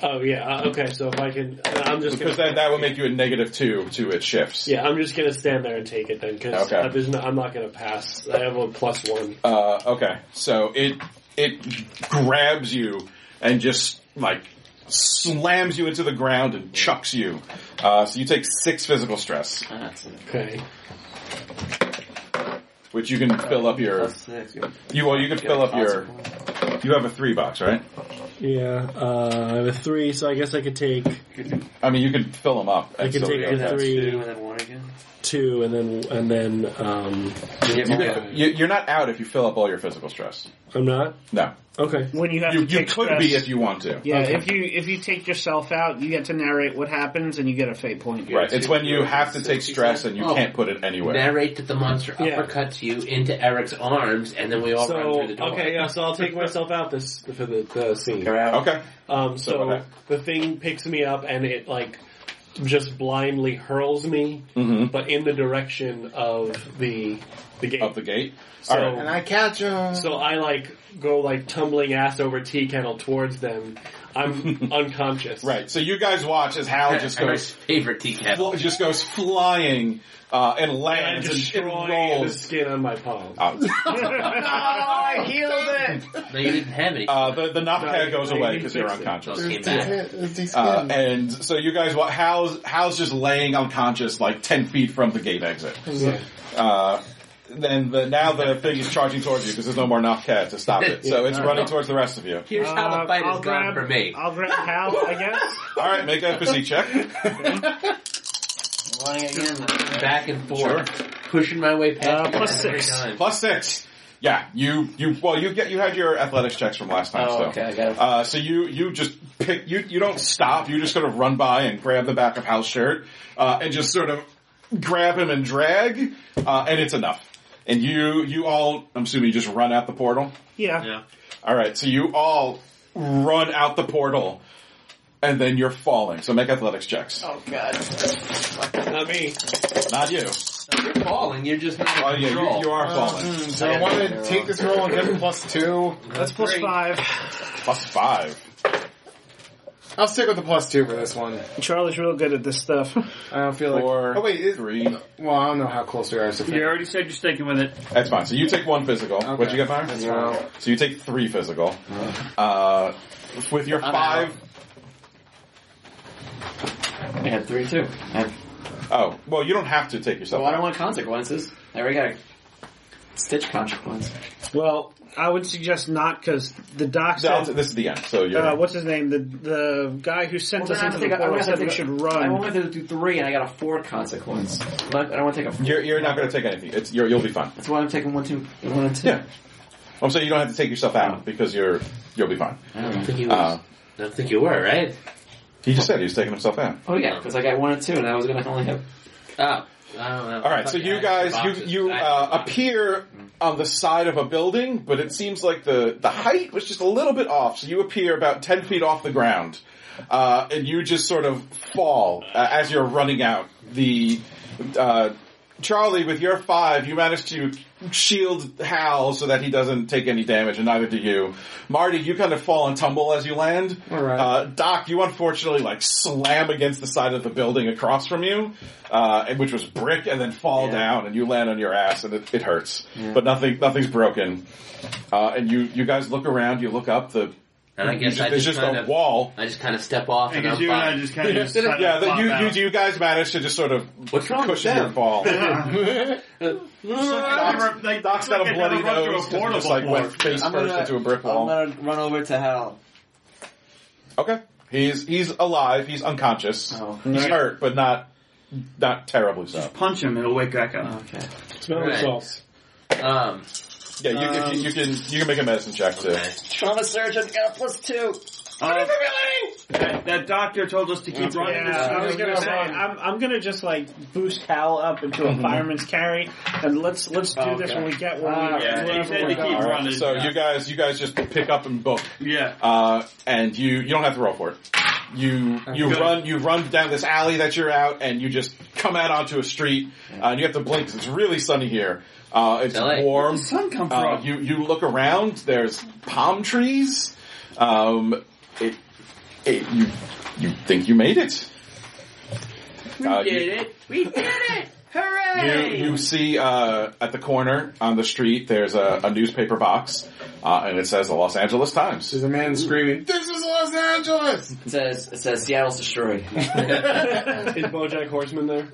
Oh yeah. uh, Okay. So if I can, I'm just
because
gonna.
that that would make you a negative two to its shifts.
yeah, I'm just gonna stand there and take it then, because
Okay.
there's no, I'm not gonna pass. I have a plus one.
Uh, okay, so it it grabs you and just like slams you into the ground and chucks you. Uh, so you take six physical stress,
Okay.
which you can fill up your
Plus six. You
you well you can fill up your you have a three box right?
Yeah, uh, I have a three, so I guess I could take
I mean you could fill them up.
I
and
could
still
take
be
the
okay.
Two and
three,
then one again.
two, and then and then um,
You could- you- You're not out if you fill up all your physical stress.
I'm not
No,
okay.
When you have
you
to
you
take
could
stress-
be if you want to.
Yeah, if you if you take yourself out, you get to narrate what happens, and you get a fate point.
Right, it's when you have to take stress and you
Oh.
can't put it anywhere.
Narrate that the monster
Yeah.
uppercuts you into Eric's arms, and then we all run
So
through the door.
okay, yeah. So I'll take myself out this for the, the scene.
Okay,
Um,
So
so
what
the thing picks me up and it like just blindly hurls me,
Mhm.
but in the direction of the the gate.
up the gate.
so,
all
And I catch him.
so I like go like tumbling ass over tea kettle towards them. I'm unconscious.
Right, so you guys watch as Hal just
Eric's
goes
favorite tea kettle.
fl- just goes flying uh, and
And I
lands and, and
destroy the
rolls.
skin on my palm.
out.
I healed it.
No, you didn't have any.
Uh, the the
Right,
knockhead goes
right,
away
he
because you're
fixed it.
unconscious.
Just came
It's
back.
a- it's a
Uh,
skin.
and so you guys, wa- Hal's Hal's just laying unconscious, like ten feet from the gate exit.
Yeah.
Uh, then the now the thing is charging towards you because there's no more knockhead to stop it, so it's running towards the rest of you.
Here's how
Uh,
the fight
I'll
is gone
grab,
for me.
I'll grab Hal, I guess.
All right, make a physique check.
running again.
back and forth, pushing my way past.
Uh, plus
every
six.
time.
Plus six. Yeah, you you well you get you had your athletics checks from last time.
Oh,
so.
okay, I got it.
Uh, so you you just pick you you don't stop. You just sort of run by and grab the back of Hal's shirt uh, and just sort of grab him and drag, uh, and it's enough. And you you all I'm assuming you just run out the portal.
Yeah.
Yeah.
All right, so you all run out the portal, and then you're falling. So make athletics checks.
Oh god.
Not me.
Not you.
You're falling. You're just not in
Oh yeah,
control.
you, you are falling.
Hmm, So I want to take this roll and give him plus two.
That's plus five.
Plus five.
I'll stick with the plus two for this one.
Charlie's real good at this stuff.
I don't feel like.
Four.
oh wait, it,
three.
well I don't know how close we are. So
You already said you're sticking with it.
That's fine. So you take one physical.
Okay.
What'd you get, Byron?
That's fine.
So you take three physical. Uh, with your five
I had three too. I have,
oh well, you don't have to take yourself.
well, I don't
out.
want consequences. I already got stitch consequences.
Well, I would suggest not because the doc
So I'll
said,
t- this is the end. So you're.
uh, what's his name? The the guy who sent
Well, then
us
I
into
think
the
I- I'm
portal
gonna
said we
take a-
should
I
run.
only went to do three and I got a four consequence. I'm not- I don't want to take a.
you're, you're not going to take anything. It's you're, you'll be fine.
That's why I'm taking one, two, one and two.
Yeah. I'm saying Oh, you don't have to take yourself out because you're you'll be fine.
I don't think you.
Uh,
I don't think you were right.
he just said he was taking himself out.
Oh yeah, because I got one and two, and I was gonna only have.
Oh. I don't know.
All right, so
Fuck
you
yeah,
guys,
boxes.
you you
I-
uh, appear on the side of a building, but it seems like the the height was just a little bit off. So you appear about ten feet off the ground, uh, and you just sort of fall uh, as you're running out. The uh, Charlie, with your five, you manage to shield Hal so that he doesn't take any damage, and neither do you. Marty, you kind of fall and tumble as you land.
All right.
Uh, Doc, you unfortunately like slam against the side of the building across from you, uh, and- which was brick, and then fall
Yeah.
down, and you land on your ass, and it, it hurts. But nothing, nothing's broken. Uh, and you, you guys look around, you look up the.
And I guess I
there's
just,
just
kind
a
of,
wall.
I just kind of step off and
Because
I'm
you and I
fine.
just kind of just kinda
Yeah,
flop
that you,
out.
you you guys managed to just sort of
What's wrong with
cushion your
them?
fall.
I've never- like,
Doc's got a
I've
bloody
never run through a
nose and
portal
just like
before.
went face
I'm
first
gonna-
into a brick
I'm
wall.
gonna run over to Hal.
Okay. He's he's alive. He's unconscious.
Oh.
He's hurt, but not not terribly so.
punch him, it'll wake back up.
Okay.
Smell
Right.
results.
Um,
Yeah, you, if you, you
Um,
can you can make a medicine check too.
okay.
Trauma surgeon got a plus two.
Uh, that, that doctor told us to keep running.
Yeah,
this-
I was gonna say I'm, I'm gonna just like boost Hal up into a fireman's carry, and let's let's do this
Okay.
when we get where
Ah,
we
yeah,
wherever
he said to
we go.
keep
All right,
running.
So
yeah.
you guys you guys just pick up and book.
yeah.
Uh, and you you don't have to roll for it. You you
Good.
run you run down this alley that you're out, and you just come out onto a street, uh, and you have to blink 'cause it's really sunny here. Uh, it's
LA.
warm.
sun come
Uh, you you look around. There's palm trees. Um, it, it you you think you made it?
we
uh,
did
you-
it. We did it. Hooray!
You, you see uh, at the corner on the street. There's a, a newspaper box, uh, and it says the Los Angeles Times.
There's a man screaming, "This is Los Angeles!"
It says it says Seattle's destroyed.
Is BoJack Horseman there?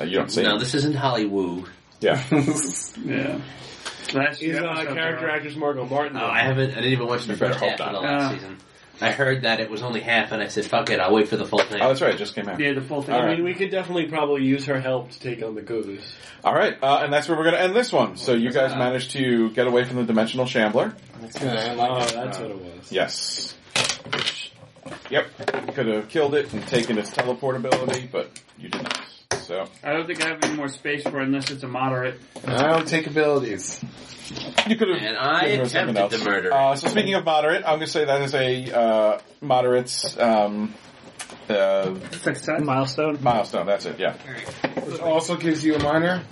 Uh, you don't see.
No,
it.
this isn't Hollywood.
Yeah.
yeah. Last
He's
year
uh,
episode,
character
right?
actress Margot Martin.
No,
Oh.
I haven't. I didn't even watch the
You better
first
hope
half of
not.
the last
Uh.
season. I heard that it was only half, and I said, "Fuck it, I'll wait for the full thing."
Oh, that's right. It just came out.
Yeah, the full thing.
All
I
right.
mean, we could definitely probably use her help to take on the Cougars.
All right, uh, and that's where we're going to end this one. So you guys managed to get away from the dimensional shambler.
Oh, that's what it was.
Yes. Yep. Could have killed it and taken its teleportability, but you didn't. So
I don't think I have any more space for it unless it's a moderate.
I don't take abilities.
you could have.
And I
given her something
attempted
else.
to murder.
Uh, so speaking of moderate, I'm going to say that is a uh, moderate's um, uh,
Success.
Milestone.
milestone. That's it. Yeah.
Which also gives you a minor.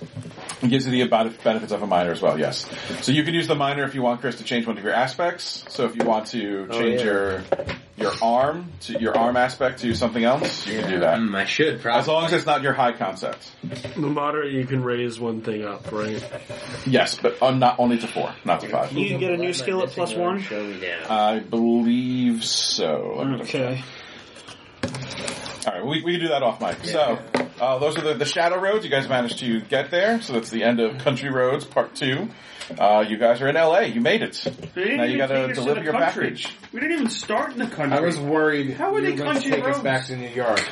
It gives you the abat- benefits of a minor as well, yes. So you can use the minor if you want, Chris, to change one of your aspects. So if you want to change
yeah.
your your arm to your arm aspect to something else, you can do that.
Mm, I should probably.
As long as it's not your high concept.
The moderate, you can raise one thing up, right?
Yes, but on, not only to four, not to five.
You get a new skill at plus one.
Show me now.
I believe so. Let me look.
Okay.
All right, we, we can do that off mic. So uh, those are the, the shadow roads. You guys managed to get there, so that's the end of Country Roads Part Two. Uh, you guys are in LA. You made it.
They didn't
Now you
even
gotta
take us to
deliver
the
your
country.
package.
We didn't even start in the country.
I was worried.
How are
you
they
were going to
country
take us
roads?
back to New York?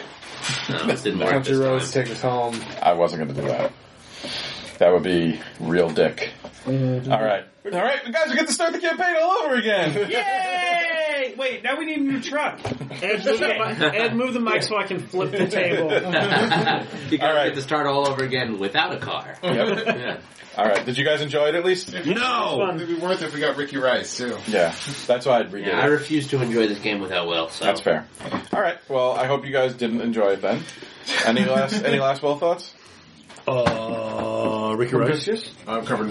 No, it didn't work
Country roads
this time.
take us home.
I wasn't going to do that. That would be real dick. All right. All right, guys, we get to start the campaign all over again.
Yay! Wait, now we need a new truck.
Ed, move the, mi- Ed, move the mic so I can flip the table.
you guys
Alright.
get to start all over again without a car.
Yep.
Yeah.
All right. Did you guys enjoy it at least?
Mm-hmm. No!
It'd be worth it if we got Ricky Rice too.
Yeah. That's why I'd redo
Yeah, I
it.
refuse to enjoy this game without Will, so.
That's fair. All right. Well, I hope you guys didn't enjoy it then. Any last any last well thoughts?
Uh, Ricky Rice.
I'm covered in